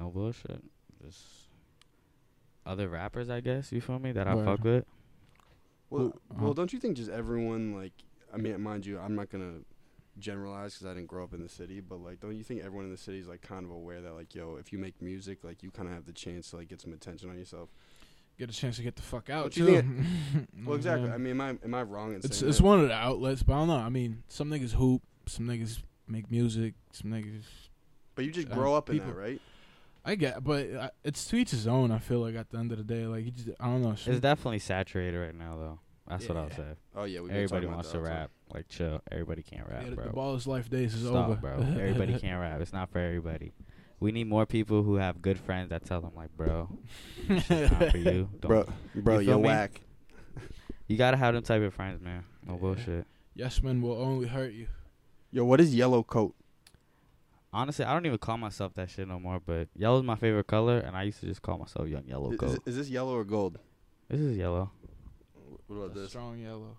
A: No bullshit. Just other rappers, I guess. You feel me? That I
D: Word.
A: fuck with.
B: Well,
D: Well,
B: well,
D: uh-huh.
B: don't you think just everyone like? I mean, mind you, I'm not gonna generalize because I didn't grow up in the city, but like, don't you think everyone in the city is like kind of aware that like, yo, if you make music, like, you kind of have the chance to like get some attention on yourself?
D: Get a chance to get the fuck out
B: What you
D: too.
B: Well, exactly.
D: Yeah.
B: I mean, am I am I wrong in
D: Mm-hmm. It's
B: saying
D: it's
B: that?
D: one of the outlets, but I don't know. I mean, some niggas hoop, some niggas make music, some niggas.
B: But you just
D: uh,
B: grow up in that,
D: people-
B: right?
D: I get, but I, it's to each his own. I feel like at the end of the day, like you just, I don't know. some-
A: It's definitely saturated right now, though. That's what I'll
D: Yeah.
A: say.
B: Oh yeah, we were
A: Everybody
B: talking about
A: wants
B: that
A: to
B: all the time.
A: rap. Like, chill. Everybody can't rap,
D: yeah, the,
A: bro.
D: the ball is life days is
A: Stop,
D: over,
A: bro. Everybody can't rap. It's not for everybody. We need more people who have good friends that tell them, like, bro, it's not for you. Don't.
B: Bro,
A: You
B: bro,
A: feel
B: you're
A: me?
B: whack.
A: You gotta have them type of friends, man. No
D: Yeah.
A: bullshit.
D: Yes, men will only hurt you.
B: Yo, what is yellow coat?
A: Honestly, I don't even call myself that shit no more. But yellow's my favorite color, and I used to just call myself Young Yellow
B: Is-
A: Goat.
B: Is, is this yellow or gold?
A: This is yellow.
B: What about
D: That's
B: this?
D: strong yellow.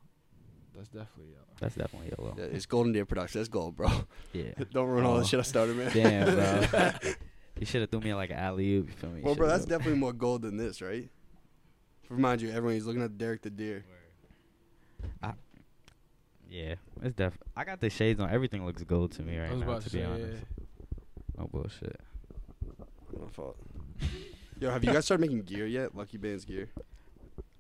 D: That's definitely yellow.
A: That's definitely yellow.
B: Yeah, it's Golden Deer Productions. That's gold, bro.
A: Yeah.
B: Don't ruin all
A: Oh.
B: the shit I started, man.
A: Damn, bro. you should have threw me like an alley oop. You feel me?
B: Well, bro,
A: Shoulda-
B: that's definitely more gold than this, right? Remind you, everyone, he's looking at Derek the Deer.
A: yeah. It's def. I got the shades on. Everything looks gold to me right
D: I was
A: now.
D: about
A: To,
D: to,
A: be
D: say,
A: honest,
D: yeah.
A: no bullshit.
B: My fault. Yo, have you guys started making gear yet? Lucky Band's gear.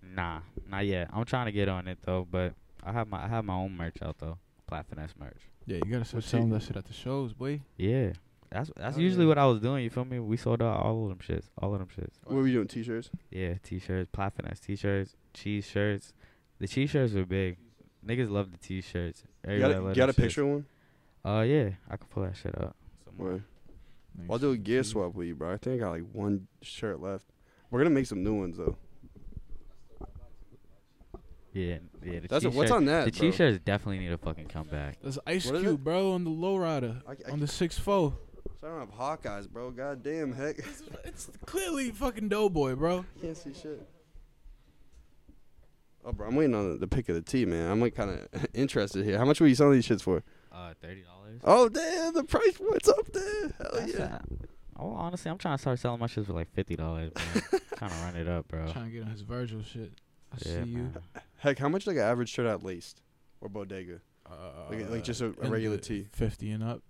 A: Nah, not yet. I'm trying to get on it though, but I have my I have my own merch out though. Plat finesse merch.
D: yeah, you gotta start
B: What's
D: selling
B: he-
D: that shit at the shows, boy.
A: Yeah. That's that's
B: Oh,
A: usually
B: yeah.
A: what I was doing. You feel me? We sold out all of them shits. All of them shits.
B: What were you doing? T-shirts.
A: Yeah, t-shirts, plat finesse t-shirts, cheese shirts. The cheese shirts were big. Niggas love the t-shirts.
B: You
A: Everybody
B: got, a,
A: love
B: you got
A: them
B: a
A: shits.
B: picture of one?
A: Uh, yeah, I could pull that shit up. somewhere.
B: Word. I'll do a gear swap with you, bro. I think I got like one shirt left. We're gonna make some new ones though.
A: Yeah, yeah. The
B: That's it.
A: t-shirt,
B: What's on that,
A: The
B: bro?
A: t-shirts definitely need to fucking come back.
D: That's Ice
B: What is
D: Cube,
B: it?
D: bro, on the lowrider,
B: I c- I
D: on the six four.
B: So I don't have Hawkeyes, bro. God damn, heck.
D: It's clearly fucking Doughboy, bro.
B: Can't see shit. Oh, bro, I'm waiting on the, the pick of the tee, man. I'm like kind of interested here. How much were you selling these shits for?
A: Uh, thirty dollars.
B: Oh, damn, the price point's up there. Hell yeah.
A: Oh, honestly, I'm trying to start selling my shit for like fifty dollars. trying to run it up, bro.
D: Trying to get on his Virgil shit. I
A: Oh. Yeah,
D: see you.
A: man.
B: Heck, how much like an average shirt at least or bodega?
D: Uh,
B: Like, like just a, a
D: in
B: regular
D: the
B: tee.
D: Fifty and up.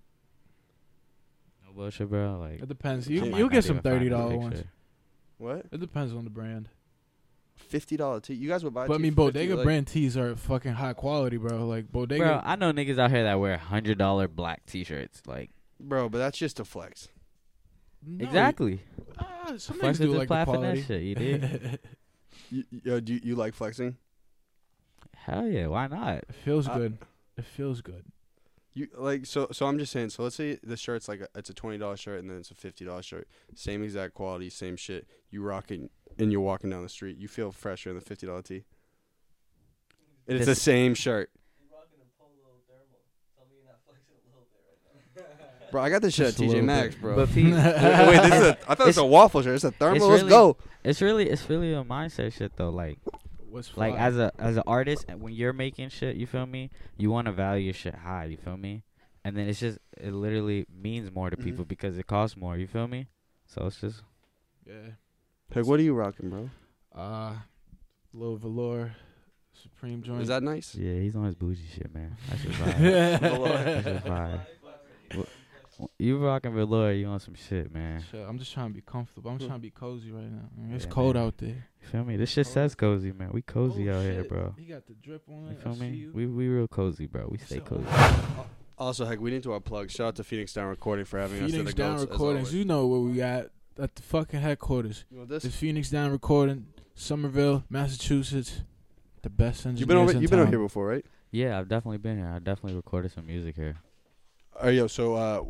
A: No bullshit, bro. Like,
D: It depends.
B: I
D: You
B: might
D: you
A: not
D: get some
A: even find
D: thirty
A: this
D: dollar
A: picture.
D: ones.
B: What?
D: It depends on the brand.
B: Fifty dollar tee. You guys would buy. a
D: But I
B: tee
D: mean,
B: for 50,
D: Bodega
B: like-
D: brand tees are fucking high quality, bro. Like Bodega.
A: Bro, I know niggas out here that wear hundred dollar black t-shirts. Like,
B: Bro, but that's just a flex.
D: No,
A: exactly.
D: Ah, some
A: Flex is
D: niggas do
A: just
D: like the
A: plat finesse
D: quality.
A: shit. You dig?
B: You, yo, do you, you like flexing?
A: Hell yeah, why not?
D: It feels
B: I-
D: good. It feels good.
B: You like so so I'm just saying. So let's say the shirt's like a, it's a twenty dollar shirt and then it's a fifty dollar shirt. Same exact quality, same shit. You rocking and you're walking down the street. You feel fresher in the fifty dollar tee. And it's the
A: This-
B: same shirt.
F: rocking a polo thermal. Tell me you're not flexing a little bit right now.
B: Bro, I got this shit at
D: Just a
B: TJ
D: little
B: Maxx,
D: bit.
B: bro.
A: But Pete,
B: wait, wait, this is a, I thought it
A: It's-
B: was a waffle shirt. It's a thermal.
A: it's
B: Let's
A: really-
B: go.
A: it's really it's really a mindset shit though. Like
D: What's
A: like
D: fly?
A: as a as an artist, and when you're making shit, you feel me? You want to value your shit high. You feel me? And then it's just it literally means more to
D: Mm-hmm.
B: Mhm.
A: people because it costs more. You feel me? So it's just
D: yeah.
B: Peg, what are you rocking, bro?
D: Uh, Lil Valor, Supreme joint.
B: Is that nice?
A: yeah, he's on his bougie shit, man. That's just fire. That's just
D: Shit,
A: fire. Wh- wh- You rocking with Laura, you on some shit, man.
D: I'm just trying to be comfortable. I'm trying to be cozy right now. man. It's
A: Yeah,
D: cold
A: man.
D: out there.
A: You feel me? This shit says cozy, man. We cozy
D: Oh,
A: out here,
D: shit.
A: bro.
D: He got the drip on.
A: You
D: it.
A: feel
D: I see
A: me?
D: you.
A: We we real cozy, bro. We stay
D: So- uh,
A: cozy.
B: Also, heck, we need to our plug. Shout out to Phoenix Down Recording for having us. to
D: Phoenix
B: the
D: Down
B: goats, as
D: Recordings.
B: always.
D: You know where we at at the fucking headquarters.
B: You want this?
D: The Phoenix Down Recording, Somerville, Massachusetts. The best engineers
B: You've been over.
D: in
B: You've been over
D: town.
B: here before, right?
A: Yeah, I've definitely been here. I definitely recorded some music here.
B: Oh, yo. So, uh,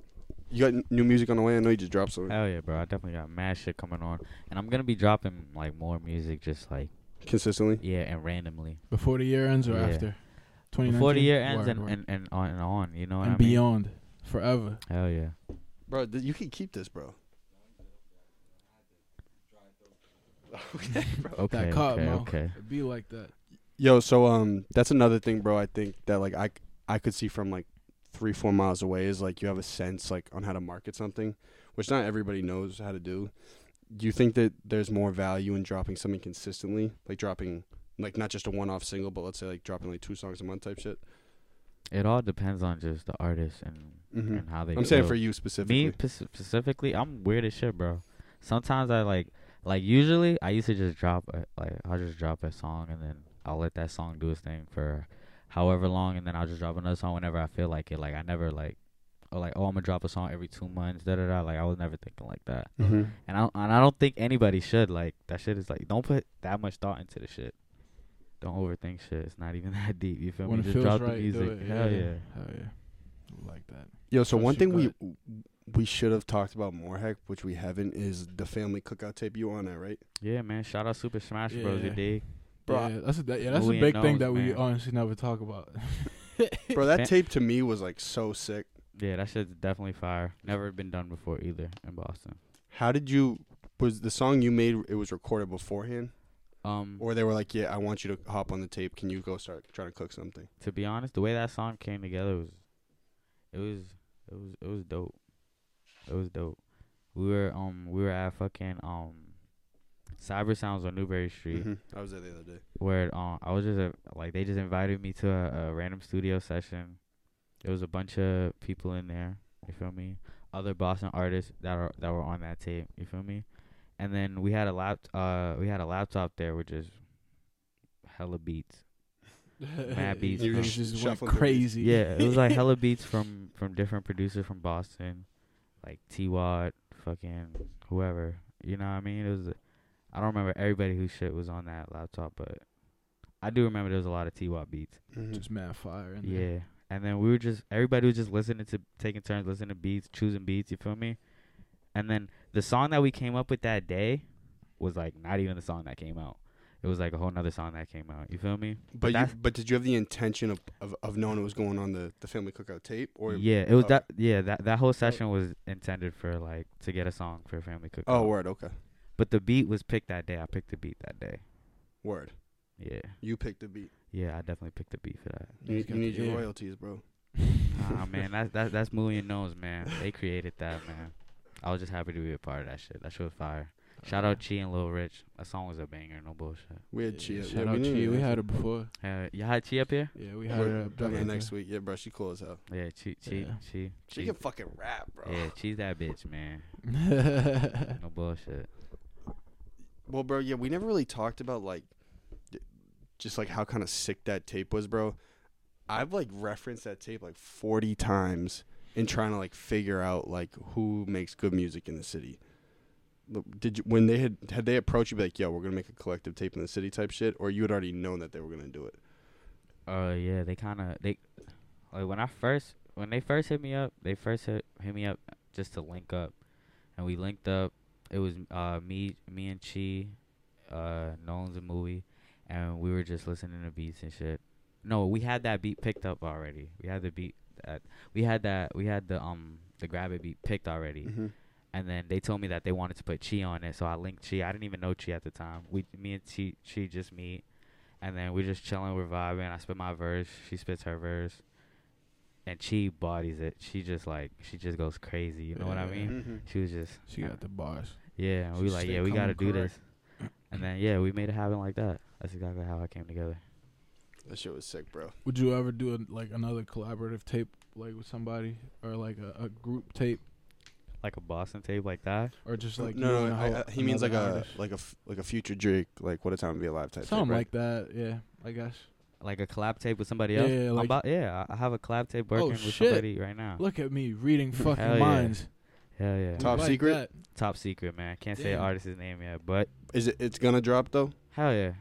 B: you got n- new music on the way? I know you just dropped something.
A: Hell yeah, bro! I definitely got mad shit coming on, and I'm gonna be dropping like more music, just like
B: Consistently.
A: yeah, and randomly
D: before the year ends or
A: Yeah.
D: after.
A: before the
D: 2019?
A: year ends
D: Word,
A: and,
D: word.
A: and and on and on. You know what
D: And
A: I mean?
D: beyond, forever.
A: Hell yeah!
B: Bro, th- you can keep this, bro.
A: Okay,
D: that cop,
A: okay,
D: Mo.
A: okay.
D: It'd be like that.
B: Yo, so um, that's another thing, bro. I think that like I I could see from like three four miles away is like you have a sense like on how to market something, which not everybody knows how to do. Do you think that there's more value in dropping something consistently, like dropping like not just a one off single, but let's say like dropping like two songs a month type shit?
A: It all depends on just the artist and
B: Mhm.
A: and how they.
B: I'm saying
A: feel.
B: for you specifically.
A: uh, Me pers- specifically, I'm weird as shit, bro. Sometimes I like, like usually I used to just drop, a, like I'll just drop a song and then I'll let that song do its thing for however long, and then I'll just drop another song whenever I feel like it. Like I never like, or like oh I'm gonna drop a song every two months, da da da. Like I was never thinking like that,
B: mm-hmm.
A: and I and I don't think anybody should. Like that shit is like don't put that much thought into the shit. Don't overthink shit. It's not even that deep. You feel
D: when
A: me?
D: it
A: Just
D: feels
A: drop
D: right,
A: the music.
D: do it.
A: Hell yeah.
D: Hell yeah. Like that.
B: Yo, so
D: Trust
B: one
D: your
B: thing we we should have talked about more, heck, which we haven't, is the family cookout tape. You on that, right?
A: Yeah, man. Shout out Super Smash Bros. You
D: Yeah.
A: dig?
B: Bro,
D: yeah, that's a, that, yeah, that's a
A: Louis
D: big thing
A: knows,
D: that we
A: man.
D: honestly never talk about.
B: Bro, that
A: Fa-
B: tape to me was like so sick.
A: Yeah, that shit's definitely fire. Never been done before either in Boston.
B: How did you? Was the song you made? It was recorded beforehand,
A: Um,
B: or they were like, "Yeah, I want you to hop on the tape. Can you go start trying to cook something?"
A: to be honest, the way that song came together was, it was, it was, it was dope. It was dope. We were um we were at fucking um, Cyber Sounds on Newberry Street
D: Mm-hmm.
B: Mhm. I was there the other day.
A: where um I was just uh like they just invited me to a, a random studio session. There was a bunch of people in there. You feel me? Other Boston artists that are that were on that tape. You feel me? And then we had a lap uh we had a laptop there which is hella beats. Mad beats,
D: You
A: bro.
D: just went
B: Shuffle the beats.
D: crazy.
A: Yeah, it was like hella beats from from different producers from Boston, like T Wad, fucking whoever. You know what I mean? It was I don't remember everybody whose shit was on that laptop, but I do remember there was a lot of T Wad beats.
B: Mhm.
D: just mad fire. In there.
A: Yeah. And then we were just everybody was just listening to taking turns listening to beats, choosing beats, you feel me? And then the song that we came up with that day was like not even the song that came out. It was like a whole nother song that came out. You feel me?
B: But you,
A: that's-
B: but did you have the intention of, of, of knowing it was going on the, the family cookout tape? Or
A: yeah, it was
B: oh.
A: that. Yeah, that that
B: uh,
A: whole session was intended for like to get a song for a family cookout.
B: Oh, word. Okay,
A: but the beat was picked that day. I picked the beat that day.
B: word.
A: Yeah,
B: You picked the beat.
A: yeah, I definitely picked the beat for that.
B: You,
D: He's
B: you
D: got
B: need
D: the
B: your
D: ear.
B: royalties, bro.
A: Nah, man, that's that's that's Moulin Knows, man. They created that, man. I was just happy to be a part of that shit. That shit was fire. Shout out Chi and Lil Rich. That song was a banger. No bullshit.
B: We had
D: Yeah,
B: Chia.
D: Shout
B: yeah,
D: out
B: need
D: Chi.
B: to-
D: We had her before.
A: Uh, you had Chi up here?
D: Yeah, we had
B: We're
D: her.
B: doing
D: back
B: it next
D: there.
B: week. Yeah, bro. She cool as hell.
A: Yeah, Chi, Chi,
D: Yeah.
A: Chi.
B: She can fucking rap, bro.
A: yeah, Chi's that bitch, man. No bullshit.
B: Well, bro, yeah, we never really talked about like d- just like how kind of sick that tape was, bro. I've like referenced that tape like 40 times in trying to like figure out like who makes good music in the city. L- Did you when they had had they approached you be like, "Yo, we're going to make a collective tape in the city" type shit or you had already known that they were going to do it?
A: Uh, yeah, they kind of they like when I first when they first hit me up, they first hit, hit me up just to link up, and we linked up. It was uh me me and Chi, uh Nolan's a movie, and we were just listening to beats and shit. No, we had that beat picked up already. We had the beat that we had that we had the um the grab it beat picked already.
B: hmm
A: And then they told me that they wanted to put Chi on it, so I linked Chi. I didn't even know Chi at the time. We, me and Chi, Chi just meet, and then we're just chilling, we're vibing. I spit my verse, she spits her verse, and Chi bodies it. She just like she just goes crazy. You know what I
D: Yeah.
A: mean?
B: hmm
A: She was just
D: She got the bars.
A: yeah. And we
D: She
A: like
D: stayed
A: yeah, we
D: calm
A: got to
D: and
A: do
D: correct.
A: this, and then yeah, we made it happen like that. That's exactly how I came together.
B: That shit was sick, bro.
D: Would you ever do a, like another collaborative tape, like with somebody, or like a, a group tape,
A: Like a Boston tape like that.
D: or just like you
B: no,
D: and
B: no,
D: a
B: I-
D: whole-
B: I- he means like
D: another
B: a
D: artist?
B: like a f- like a future Drake, like what a time to be alive type.
D: something
B: thing, right?
D: like that. Yeah, I guess.
A: Like a collab tape with somebody
D: Yeah,
A: else.
D: yeah,
A: I'm
D: like- Oh,
A: about- yeah, I I have a collab tape working with
D: shit.
A: somebody right now.
D: Look at me reading fucking
A: Hmm, Hell yeah.
D: minds.
A: Hell yeah.
B: Top
D: Like
B: secret?
D: that.
A: Top secret, man. Can't say
D: Damn.
A: artist's name yet, but
B: Is it? It's gonna drop though.
A: hell yeah.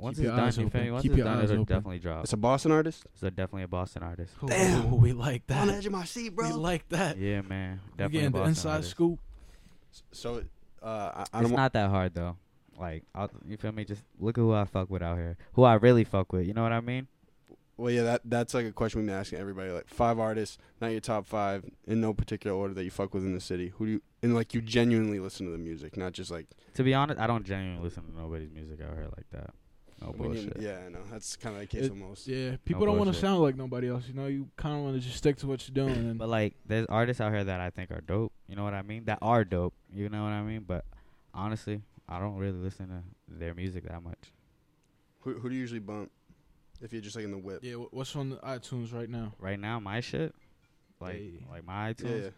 A: Once
D: Keep
A: it's
D: your
A: done,
D: eyes
A: you feel me?
D: open.
A: Once
D: Keep
A: it's
D: your
A: done,
D: eyes
A: it'll
D: open.
A: definitely drop.
B: It's a Boston artist.
A: So definitely a Boston artist.
D: Ooh, we like
B: On the
D: that.
B: edge of my seat,
D: We
B: bro.
D: like that.
A: Yeah, man.
D: we
A: Definitely a
D: getting the
A: Boston
D: inside
A: artist.
D: scoop.
B: so, uh, I, I
A: It's
B: don't.
A: not that hard though. Like, I'll, you feel me? Just look at who I fuck with out here. Who I really fuck with. You know what I mean?
B: Well, yeah, that that's like a question we've been asking everybody. Like five artists, not your top five, in no particular order that you fuck with in the city. Who do you and like you genuinely listen to the music, not just like
A: To be honest, I don't genuinely listen to nobody's music out here like that. No
B: I mean,
A: bullshit.
B: yeah, I know that's kind of the case
D: It-
B: of most.
D: Yeah, people don't want to
A: bullshit.
D: sound like nobody else. You know, you kind of want to just stick to what you're doing. And
A: But like, there's artists out here that I think are dope. You know what I mean? That are dope. You know what I mean? But honestly, I don't really listen to their music that much.
B: Who who do you usually bump? If you're just like in the whip.
D: yeah, wh- what's on the iTunes right now?
A: Right now, my shit, like
D: Hey.
A: like my
B: Yeah,
A: iTunes,
B: yeah.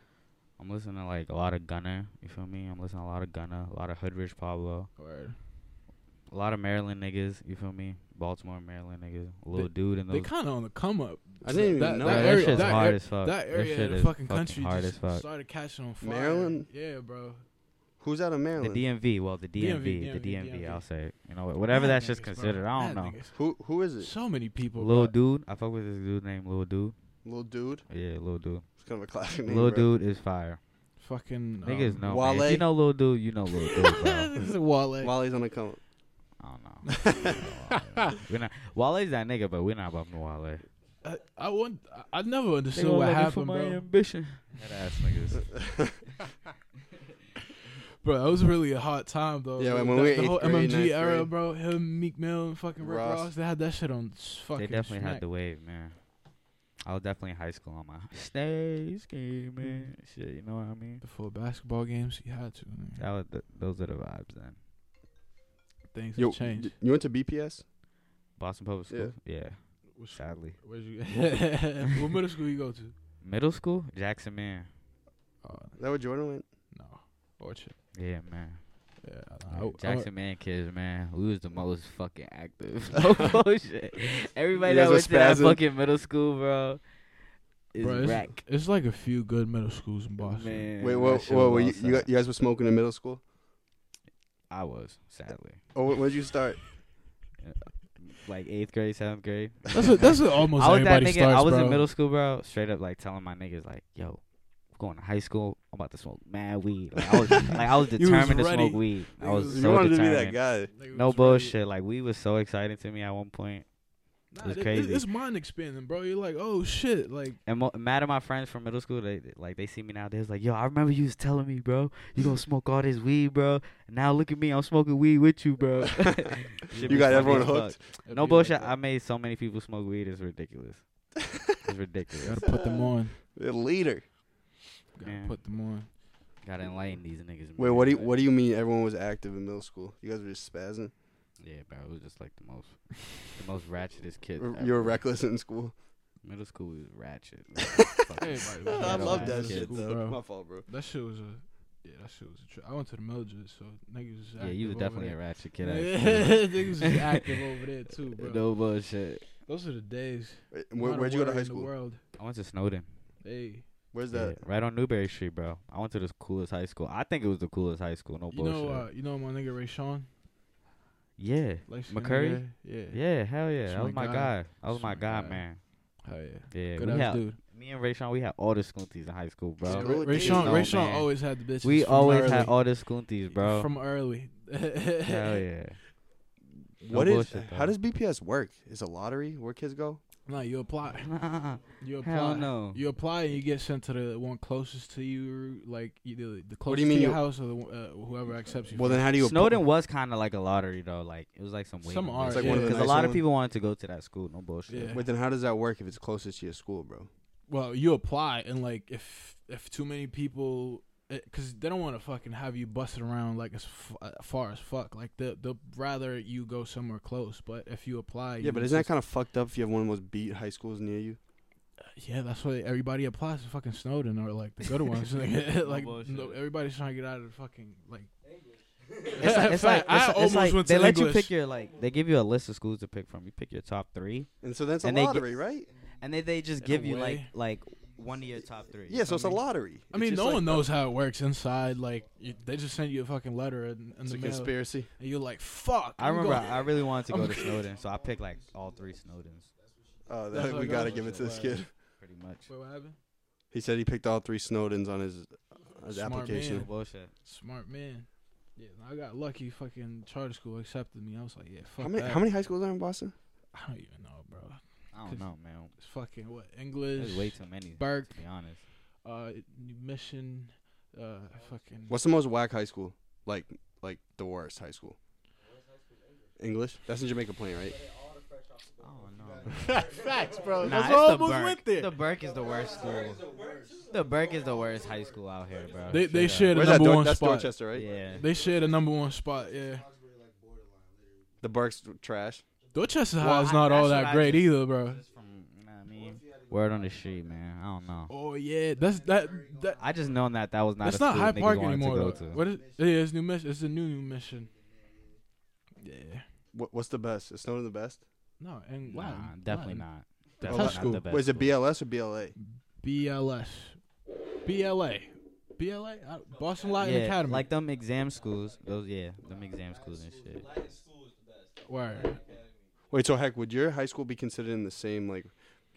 A: I'm listening to like a lot of Gunna. You feel me? I'm listening to a lot of Gunna, a lot of Hood Rich Pablo,
D: Or
A: a lot of Maryland niggas. You feel me? Baltimore, Maryland niggas. Little dude in
D: they
A: those.
D: kind of on the come up.
B: I didn't even
D: That-
B: know
A: Bro,
B: that.
A: that
D: area-
A: shit's
D: that
A: hard
D: ar-
A: as fuck.
D: that area
A: shit
D: of the
A: is
D: fucking country
A: hard
D: just
A: as fuck.
D: started catching on fire.
B: Maryland?
D: Yeah, bro.
B: Who's out
A: The
B: of Maryland?
A: DMV, well, the DMV, the
D: DMV,
A: DMV,
D: DMV.
A: I'll say, you know, whatever
D: Mad
A: that shit's
D: niggas, bro.
A: considered, I don't
D: Mad
A: know.
D: niggas.
B: who who is it?
D: So many people.
A: Little
D: bro.
A: dude, I fuck with this dude named Little Dude.
B: Little dude.
A: Yeah, Little Dude.
B: It's kind of a classic name.
A: Little
B: bro.
A: dude is fire.
D: Fucking.
A: Niggas
D: um,
A: know. man. If
B: Wale?
A: you know Little Dude, you know Little Dude, bro.
D: this is a wallet.
B: Wally's on the come. up.
A: I don't know. we're not Wale's that nigga, but we're not bumping Wale.
D: I, I want. I, I never understood what happened,
A: for my
D: bro.
A: ambition. That ass niggas.
D: Bro, that was really a hot time though.
B: Yeah,
D: bro.
B: when we
D: the,
B: were eighth
D: the whole
B: grade,
D: MMG
B: ninth
D: era,
B: grade.
D: bro. Him, Meek Mill, and fucking Rick
B: Ross.
D: Ross. They had that shit on s- fucking.
A: They definitely had
D: smack.
A: the wave, man. I was definitely in high school on my stage game, man. Shit, you know what I mean?
D: before basketball games. You had to. Man.
A: That was the, those are the vibes then.
D: Things
B: Yo,
D: have changed.
B: d- you went to BPS?
A: Boston Public
B: Yeah.
A: School? Yeah.
D: What's-
A: Sadly.
D: Where'd you? what middle school you go to?
A: Middle school? Jackson, man.
D: Oh,
B: Is that where Jordan went?
D: no, Orchard.
A: Yeah, man.
D: Yeah,
A: Yeah,
D: I, I,
A: Jackson Man kids, man. We was the most fucking active. no bullshit. Everybody
B: You
A: that went
B: guys are
A: to that
B: spazzing?
A: fucking middle school, bro, is
D: Bro, it's-
A: wreck.
D: It's like a few good middle schools in Boston.
A: Man,
B: Wait,
A: that
B: whoa,
A: shit
B: whoa,
A: was
B: were you, you,
A: outside.
B: got- you guys were smoking in middle school?
A: I was sadly
B: Oh, when did you start?
A: like eighth grade, seventh grade.
D: That's what, that's what almost
A: I was that
D: everybody
A: nigga.
D: starts,
A: I was
D: bro.
A: in middle school, bro. Straight up, like telling my niggas, like, yo, I'm going to high school. I'm about to smoke mad weed. Like, I was, like, I was
D: You was
A: determined to
D: ready.
A: smoke weed. I
D: You
A: was
D: was-
A: so
B: you wanted
A: determined.
B: to be that guy.
D: Nigga
A: No
D: was ready.
A: bullshit. Like weed was so exciting to me at one point.
D: Nah,
A: It was
D: it- it-
A: crazy.
D: It's mind expanding, bro. You're like, oh shit, like
A: And mo- mad at my friends from middle school, they they- like they see me now. They was like, "Yo, I remember you was telling me, bro, you gonna smoke all this weed, bro. Now look at me, I'm smoking weed with you, bro."
B: You
A: Shit be
B: got
A: funny
B: everyone
A: as fuck.
B: hooked.
D: it'd
A: No
D: be
A: bullshit.
D: Like,
A: I made so many people smoke weed. It's ridiculous. It's ridiculous.
D: gotta put them on.
B: The leader.
D: Gotta
A: Man.
D: put them on.
A: Gotta enlighten these niggas.
B: Wait,
A: man.
B: what do you what do you mean everyone was active in middle school? You guys were just spazzing.
A: Yeah, bro. It was just like the most, the most ratchetest kid.
B: R- You were
A: ever.
B: reckless in school.
A: Middle school was ratchet. Like, fucking
D: Everybody was
A: ghetto
D: I love that
A: ass
D: shit,
A: kids.
D: though. bro. My
B: fault, bro.
D: That shit was a. Yeah, that shit was a trip. I went to the Mildred, so niggas was
A: Yeah, you was definitely a
D: over
A: ratchet kid.
D: there.
A: ass
D: Yeah,
A: kid.
D: niggas was active over there too, bro.
A: No bullshit.
D: Those are the days.
B: Where,
D: Not a
B: where'd you go
D: word
B: to high
D: in the
B: school?
D: world.
A: I went to Snowden.
D: Hey,
B: Where's
A: Yeah,
B: that?
A: right on Newberry Street, bro. I went to this coolest high school. I think it was the coolest high school. No
D: you
A: bullshit.
D: know, uh, you know my nigga Ray Sean,
A: yeah,
D: like
A: McCurry?
D: Yeah,
A: yeah, hell yeah.
D: That's
A: That was
D: my
A: my
D: guy.
A: guy. That was
D: That's
A: my
D: my
A: guy,
D: guy.
A: man.
D: Oh yeah,
A: Yeah,
D: good
A: we
D: ass
A: had,
D: dude.
A: me and Rayshawn, we had all the scoonties in high school, bro.
B: Yeah,
D: Ray,
B: Really
D: Ray
B: good.
D: Sean,
A: No,
D: Ray Sean
A: man.
D: always had the bitches.
A: we
D: from
A: always
D: early.
A: had all the scoonties, bro.
D: from early.
A: hell yeah. No
B: What is?
A: bullshit,
B: how
A: though.
B: does BPS work? Is a lottery where kids go?
D: No, you apply.
A: Nah,
D: You apply.
A: hell no.
D: You apply and you get sent to the one closest to you, like either the
B: What
D: closest
B: do you mean
D: to your
B: you-
D: house or the, one- uh, whoever accepts you.
B: Well,
D: first.
B: then how do you?
A: Snowden was kind of like a lottery though. Like it was like some
D: Some are, It's like
B: one of the
A: because a
B: nicer
A: lot of
B: ones.
A: people wanted to go to that school. No bullshit.
D: Yeah.
B: Wait, then how does that work if it's closest to your school, bro?
D: Well, you apply and like if if too many people, because they don't want to fucking have you busting around like as f- uh, far as fuck. Like they they'll rather you go somewhere close. But if you apply,
B: Yeah, but isn't that kind of fucked up if you have one of those beat high schools near you?
D: yeah? That's why everybody applies to fucking Snowden or like the good ones. like
A: No
D: like
A: bullshit.
D: no, everybody's trying to get out of the fucking like.
A: It's like, it's like,
D: I
A: it's like- it's
D: almost
A: like
D: went to
A: they let you
D: English.
A: pick your like they give you a list of schools to pick from. You pick your top three,
B: And so that's a
A: And they get-
B: lottery, right?
A: and then they just
D: In a
A: give you
D: way.
A: like like one of your top three.
B: Yeah, so it's a
A: lot.
B: lottery.
D: I mean,
B: It's just
D: no
B: like
D: one
B: the-
D: knows how it works inside. Like you, they just send you a fucking letter in, in
B: It's
D: the
B: a
D: mail,
B: conspiracy.
D: and you're like, "Fuck."
A: I
D: I'm
A: remember
D: going-
A: I really wanted to go
D: I'm
A: to
D: good.
A: Snowden, so I picked like all three Snowdens
B: Oh,
D: That's
B: that,
D: what
B: we
D: I
B: gotta
D: got.
B: give it to this
D: Wow.
B: kid.
A: pretty much.
D: Wait, what happened?
B: He said he picked all three Snowdens on his, his
D: Smart
B: application.
A: No bullshit.
D: Smart man. Yeah, I got lucky. Fucking charter school accepted me. I was like, yeah, fuck
B: How many
D: that.
B: how many high schools are in Boston?
D: I don't even know, bro.
A: I don't know, man.
D: It's fucking what
A: There's
D: English,
A: way too many.
D: Burke,
A: To be honest,
D: uh, mission, uh, fucking.
B: What's the most whack high school? Like like the worst high school. English? That's in Jamaica Plain, right?
A: I don't know.
D: facts, bro?
A: Nah,
D: That's
A: it's
D: what
A: the
D: almost
A: Burke.
D: went there.
A: The Burke is the worst school. The Burke is the worst high school out here, bro.
D: they they
A: Straight
D: share
A: up.
D: the
B: Where's that?
D: number
B: Dor-
D: one
B: that's
D: spot.
B: Dorchester, right?
A: Yeah.
D: They share the number one spot. Yeah,
B: The Burke's trash.
D: Dorchester
A: Well,
D: High is
A: I-
D: not all
A: that's what
D: that
A: I
D: great
A: just-
D: either, bro.
A: Just from, you know what I mean? Word on the street, man. I don't know.
D: Oh yeah, that's that that.
A: I just known that that was not.
D: That's
A: a school
D: not High
A: niggas
D: Park
A: wanted
D: anymore.
A: To
D: though.
A: go to.
D: What is? Yeah, it's new mission. It's a new new mission. Yeah.
B: What, what's the best? Is Snowden the best?
D: No, and
A: Nah, definitely not.
D: That's
A: Definitely
D: high
A: not
D: school.
A: the best.
B: Wait, is it
A: school.
B: BLS or BLA?
D: BLS, BLA, BLA, I- Boston Latin
A: yeah,
D: Academy.
A: Like them exam schools. Those yeah, them exam schools and shit.
D: Word.
B: Wait, so heck, would your high school be considered in the same like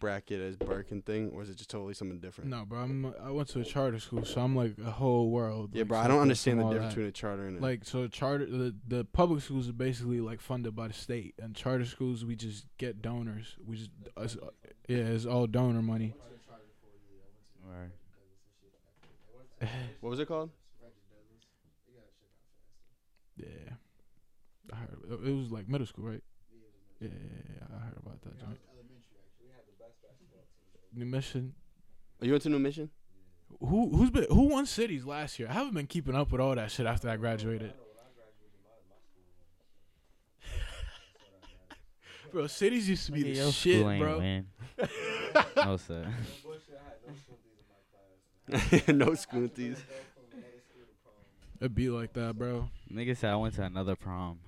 B: bracket as Burke and thing, or is it just totally something different?
D: No, bro. I'm, I went to a charter school, so I'm like a whole world.
B: Yeah,
D: like,
B: bro, I
D: separate
B: don't understand the
D: from all
B: difference
D: that.
B: between a charter and a
D: Like so, charter the the public schools are basically like funded by the state, and charter schools we just get donors. We just us, uh, yeah, it's all donor money.
A: Right.
B: what was it called?
D: Yeah, I heard it was like middle school, right? Yeah, yeah, yeah, I heard about that. joint. New mission.
B: Oh, you went to New Mission?
D: Who who's been who won cities last year? I haven't been keeping up with all that shit after I graduated. bro, cities used to be the shit,
A: School ain't
D: bro.
A: win. no sir.
B: no scoonties.
D: It'd be like that, bro.
A: Nigga said I went to another prom.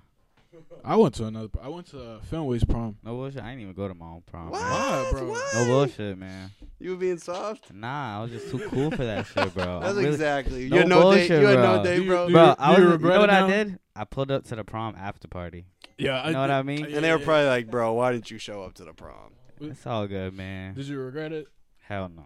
D: I went to another. I went to uh, Fenway's prom.
A: No bullshit. I didn't even go to my own prom.
B: What?
A: man.
D: Why, bro?
B: What?
A: No bullshit, man.
B: You were being soft.
A: Nah, I was just too cool for that shit, bro.
B: That's
A: I'm really-
B: exactly.
A: No
B: You're no, day.
A: bullshit,
B: You're
A: bro.
B: no
D: Do
B: day,
D: you-
B: bro.
D: do
A: Bro, I was.
D: you
A: You
D: regret
A: know
D: it
A: what I
D: now?
A: did? I pulled up to the prom after party.
D: Yeah,
A: You know what I mean?
B: and they were probably like, bro, why didn't you show up to the prom?
A: It's all good, man.
D: Did you regret it?
A: Hell no.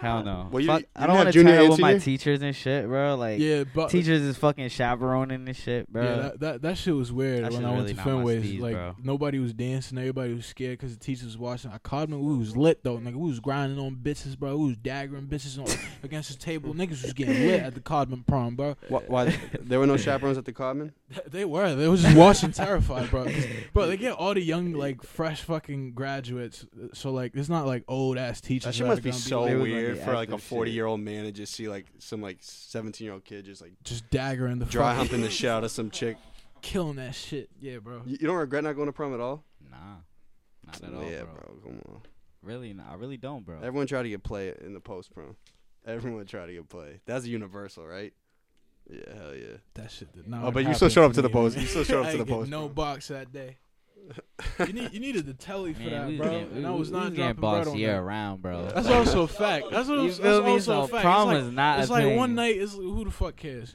A: Hell no.
B: Well, you-
A: Fuck,
B: you
A: I don't
B: didn't have
A: want to
B: junior
A: tie
B: and
A: up with my
B: senior?
A: teachers and shit, bro. Like,
D: Yeah, but
A: teachers is fucking chaperoning and shit, bro.
D: Yeah, that, that that shit was weird
A: That
D: when
A: shit's
D: I went
A: really
D: to
A: not my
D: Fenway's.
A: steez,
D: like
A: bro.
D: nobody was dancing, everybody was scared because the teachers was watching. I called them. We was lit though, nigga. We was grinding on bitches, bro. We was daggering bitches on, against the table. Niggas was getting lit at the Codman prom, bro.
B: Why, there were no chaperones at the Codman?
D: They were. They was just watching, terrified, bro. Bro, they get all the young, like fresh fucking graduates. So like, it's not like old ass teachers.
B: That shit
D: are
B: must be
D: gonna
B: so
A: like- They was, like,
B: weird
A: the
B: for like a
A: active shit.
B: 40 year old man to just see like some like 17 year old kid just like
D: just daggering the
B: dry
D: fucking,
B: humping the shit out of some chick.
D: killing that shit. Yeah, bro.
B: You, you don't regret not going to prom at all?
A: Nah, not at all,
B: yeah,
A: bro.
B: Come on.
A: Really, nah, I really don't, bro.
B: Everyone try to get play in the post prom. Everyone try to get play. That's universal, right? Yeah, hell yeah.
D: That shit did not.
B: Oh, but you still
D: happen
B: showed up to
D: me,
B: the post.
D: man.
B: You still showed up
D: I
B: to the
D: ain't get
B: post, bro.
D: No box that day. You, need, you needed the telly for
A: Man,
D: that,
A: we
D: bro.
A: was getting,
D: and I was
A: we, we
D: not
A: was getting
D: dropping bread
A: boxed
D: on
A: year
D: that.
A: round, bro.
D: That's also a fact. That's, what,
A: You
D: that's
A: feel me?
D: also
A: So
D: a fact.
A: prom
D: it's
A: is
D: like,
A: not a
D: It's like one
A: thing.
D: night. It's who the fuck cares?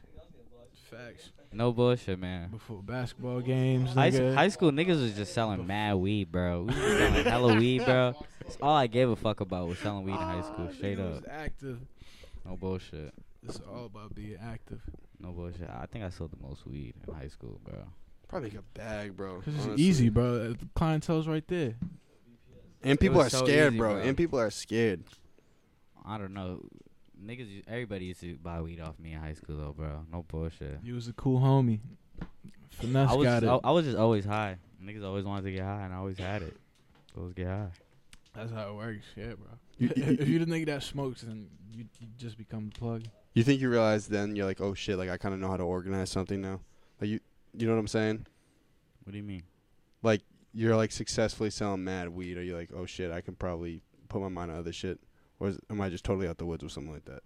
D: Facts.
A: no bullshit, man.
D: Before basketball games,
A: High,
D: nigga.
A: high school niggas was just selling mad weed, bro. We was selling hella weed, bro. That's all I gave a fuck about was selling weed in high
D: Ah,
A: school.
D: nigga
A: Straight
D: was
A: up,
D: active.
A: no bullshit,
D: It's all about being active.
A: no bullshit. I think I sold the most weed in high school, bro.
B: Probably like a bag, bro.
D: Cause it's Uh,
B: honestly.
D: easy, bro. The clientele's right there.
B: And people
A: was
B: are
A: so
B: scared,
A: easy,
B: bro.
A: bro.
B: And people are scared.
A: I don't know. Niggas, u- everybody used to buy weed off me in high school though, bro. No bullshit.
D: You was a cool homie. Finesse
A: I was
D: got
A: just,
D: it.
A: I, I was just always high. Niggas always wanted to get high, and I always had it. Always get high.
D: That's how it works. Yeah, bro.
B: You- you-
D: if you're the nigga that smokes, then you, you just become the plug.
B: You think you realize then you're like, oh shit, like I kind of know how to organize something now. Like you, you know what I'm saying?
A: What do you mean?
B: Like you're like successfully selling mad weed, or you're like, oh shit, I can probably put my mind on other shit, or is, am I just totally out the woods with something like that?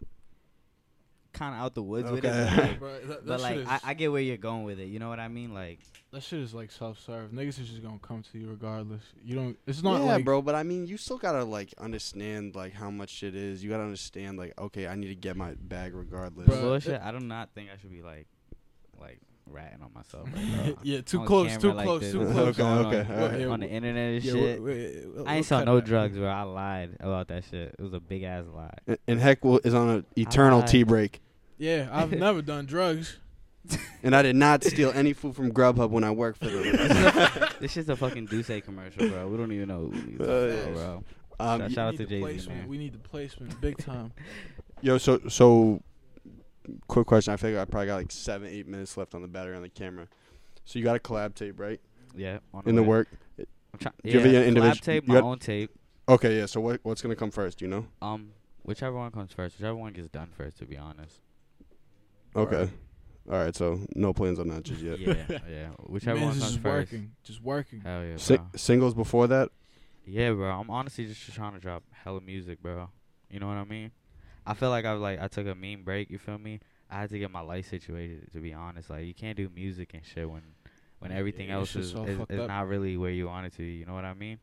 A: Kind of out the woods with
B: Okay.
A: it, but like,
D: bro, that,
A: but, like
D: shit is,
A: I, I get where you're going with it. You know what I mean? Like,
D: that shit is like self-serve. Niggas is just gonna come to you regardless. You don't. It's not
B: yeah,
D: like
B: bro. But I mean, you still gotta like understand like how much shit is. You gotta understand like, okay, I need to get my bag regardless.
D: Bro,
A: bullshit. I do not think I should be like, like ratting on myself. Right now.
D: yeah, too
A: On
D: close,
A: camera
D: too
A: like
D: close,
A: this.
D: too
A: What's
D: close.
B: Okay.
A: going
B: okay,
A: on,
B: alright.
A: on the internet and
D: Yeah,
A: shit.
D: we- we- we-
A: I
D: we'll
A: ain't sell
D: cut
A: no
D: that.
A: drugs, bro. I lied about that shit. It was a big ass lie.
B: And, and Heck will, is on an eternal
A: I-
B: tea break,
D: Yeah, I've never done drugs.
B: and I did not steal any food from Grubhub when I worked for them.
A: This shit's a fucking Douce commercial, bro. We don't even know. Who we
B: Uh,
A: talking about, bro.
B: Um,
A: Shout-
D: We
A: shout out
D: need
A: to
D: the
A: Jay-Z,
D: placement.
A: man.
D: We need the placement, big time.
B: Yo, so so quick question. I feel like I probably got like seven, eight minutes left on the battery on the camera. So you got a collab tape, right?
A: Yeah. on
B: In the
A: way.
B: work.
A: I'm try-
B: Do you have
A: yeah,
B: any
A: collab
B: individ-
A: tape,
B: you
A: my
B: got-
A: own tape.
B: Okay, yeah. So what what's gonna come first? Do you know?
A: Um, whichever one comes first, whichever one gets done first, to be honest.
B: Okay. All right. So no plans on that just yet.
A: Yeah, yeah. Whichever
D: Man's
A: one comes
D: just
A: first.
D: working, just working.
A: Hell yeah, bro.
B: Si- singles before that.
A: yeah, bro. I'm honestly just trying to drop hella music, bro. You know what I mean? I feel like I've like I took a mean break. You feel me? I had to get my life situated. To be honest, like you can't do music and shit when when
D: Yeah,
A: everything
D: yeah, it's
A: else
D: just
A: is
D: all
A: is,
D: fucked
A: is
D: up.
A: not really where you want it to. You know what I mean?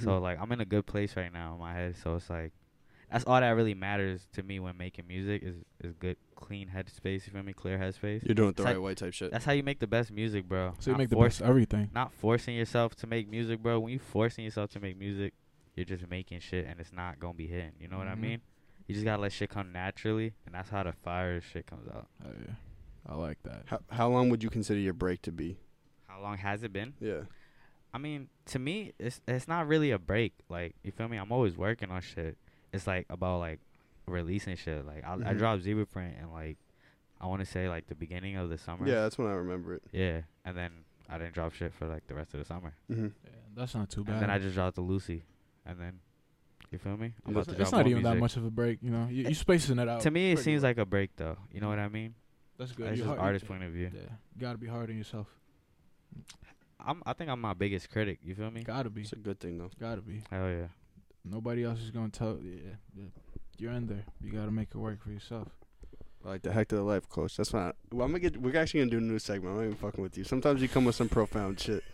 A: So
B: Mm-hmm.
A: like I'm in a good place right now in my head. So it's like that's all that really matters to me when making music is is good, clean headspace. You feel me? Clear headspace.
B: you're doing it the
A: it's like-
B: right way, type shit.
A: That's how you make the best music, bro.
D: So you
A: Not
D: make the
A: force-
D: best of everything.
A: Not forcing yourself to make music, bro. When you forcing yourself to make music, you're just making shit and it's not gonna be hitting. You know what
D: Mhm.
A: I mean? You just gotta let shit come naturally, and that's how the fire shit comes out.
D: Oh, yeah. I like that.
B: How how long would you consider your break to be?
A: How long has it been?
B: Yeah.
A: I mean, to me, it's it's not really a break. Like you feel me? I'm always working on shit. It's like about like releasing shit. Like I, I
B: Mhm.
A: dropped Zebra Print and like I want to say like the beginning of the summer.
B: Yeah, that's when I remember it.
A: Yeah, and then I didn't drop shit for like the rest of the summer.
B: Mm-hmm.
D: Yeah, that's not too bad.
A: And then I just dropped the Lucy, and then you feel me? I'm about
D: it's
A: to
D: it's
A: drop
D: not
A: more
D: even that
A: music.
D: much of a break, you know. You, you spacing it out.
A: To me, it
D: pretty
A: seems
D: well.
A: like a break though. You know what I mean?
D: that's good.
A: That's
D: You
A: just
D: hard- you-
A: artist point of view.
D: Yeah, gotta be hard on yourself.
A: I'm I think I'm my biggest critic. You feel me?
D: Gotta be.
B: It's a good thing though.
D: Gotta be.
A: Hell yeah.
D: Nobody else is gonna tell. Yeah, yeah. you're in there. You gotta make it work for yourself.
B: I like the heck to the life coach. That's not. Well, I'm gonna get. We're actually gonna do a new segment. I'm not even fucking with you. Sometimes you come with some profound shit.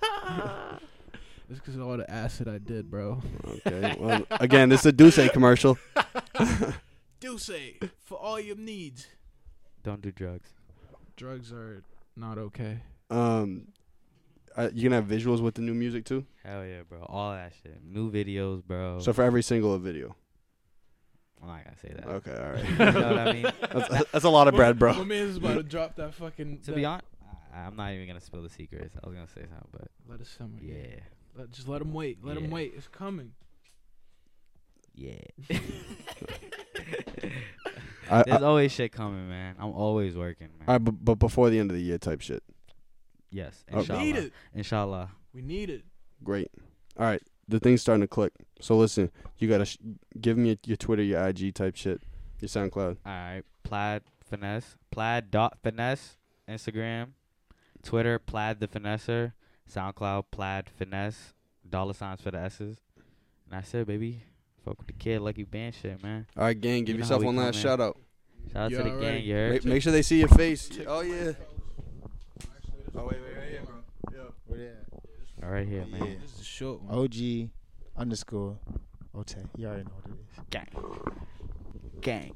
D: It's because of all the acid I did, bro.
B: Okay. Well, again, this is a Douce commercial.
D: Do say for all your needs.
A: Don't do drugs.
D: Drugs are not okay.
B: Um, uh, you gonna have visuals with the new music too.
A: Hell yeah, bro. All that shit. New videos, bro.
B: So for every single a video.
A: I'm not gonna say that.
B: Okay, all right.
A: you know what I mean?
B: That's, that's a lot of bread,
D: My
B: bro.
D: man's about to drop that fucking.
A: To
D: that-
A: be honest, I'm not even gonna spill the secrets. I was gonna say something, but
D: Let it simmer.
A: yeah,
D: Let, just let him wait. Let him
A: Yeah.
D: wait. It's coming.
A: yeah.
B: I, I,
A: There's always shit coming, man. I'm always working, man.
B: I- but, but before the end of the year, type shit.
A: yes,
B: We
A: inshallah.
D: Need it.
A: Inshallah.
D: We need it.
B: Great. All right, the thing's starting to click. So listen, you gotta sh- give me your Twitter, your IG type shit, your SoundCloud.
A: All right, plaid finesse, plaid dot finesse, Instagram, Twitter, plaid the finesser, SoundCloud, plaid finesse, dollar signs for the S's, and that's it, baby. Fuck with the kid, lucky band shit, man.
B: All right, gang, give
A: You know how
B: yourself
A: we
B: one
A: come,
B: last
A: man.
B: shout out.
A: Shout out
D: You
A: to the
D: already-
A: gang, you heard?
B: Make, make sure they see your face. Oh yeah.
E: Oh wait, wait, wait, yeah, bro.
A: All right here, man.
D: This is a short one.
G: OG underscore Ote. You already know what it is.
A: Gang.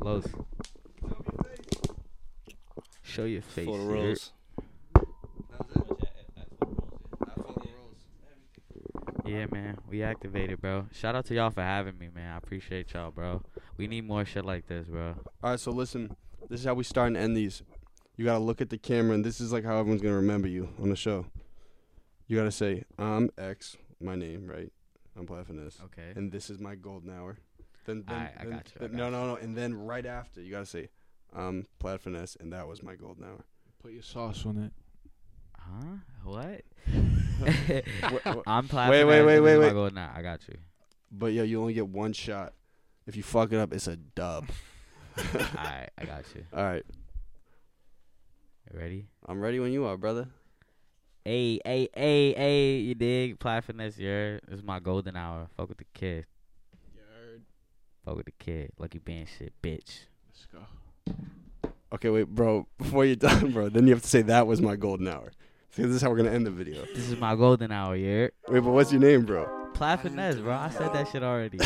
A: Los. Show your face.
B: Photo
A: nigga.
B: rolls.
A: Yeah, man. We activated, bro. Shout out to y'all for having me, man. I appreciate y'all, bro. We need more shit like this, bro.
B: All right, so listen, this is how we start and end these. You gotta look at the camera, and this is like how everyone's gonna remember you on the show. You gotta say, "I'm X, my name, right? I'm laughing at this.
A: Okay.
B: And this is my golden hour. Then, then,
A: Alright, I
B: then-
A: got you, I
B: then-
A: got
B: no,
A: you.
B: no, no. And then right after, you gotta say, um, plaid finesse, and that was my golden hour.
D: Put your sauce on it.
A: Huh? What?
B: Wha- wha-
A: I'm playing.
B: wait, wait, wait, wait.
A: Nah, I got you.
B: but yeah, you only get one shot. If you fuck it up, it's a dub.
A: All right, I got you.
B: All right,
A: Ready?
B: I'm ready when you are, brother.
A: Hey, hey, hey, hey, you dig? Apply for next year. This is my golden hour. Fuck with the kid. Fuck with the kid. Lucky band shit, bitch.
D: Let's go.
B: Okay, wait, bro. Before you're done, bro, then you have to say that was my golden hour. See, this is how we're gonna end the video.
A: This is my golden hour, yeah.
B: Wait, but what's your name, bro?
A: Apply for finesse, bro. I said that shit already.
B: You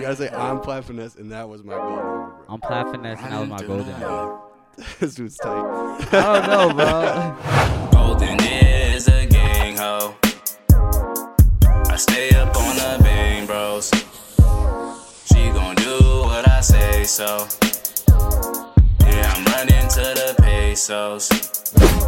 B: gotta say I'm plaid finesse, and that was my golden hour, bro.
A: I'm apply finesse, and that was my golden hour.
B: this dude's tight.
A: I don't know, bro.
C: Golden is a gang ho. I stay up on the bang bros. She gon' do what I say so. Yeah, I'm running to the pesos.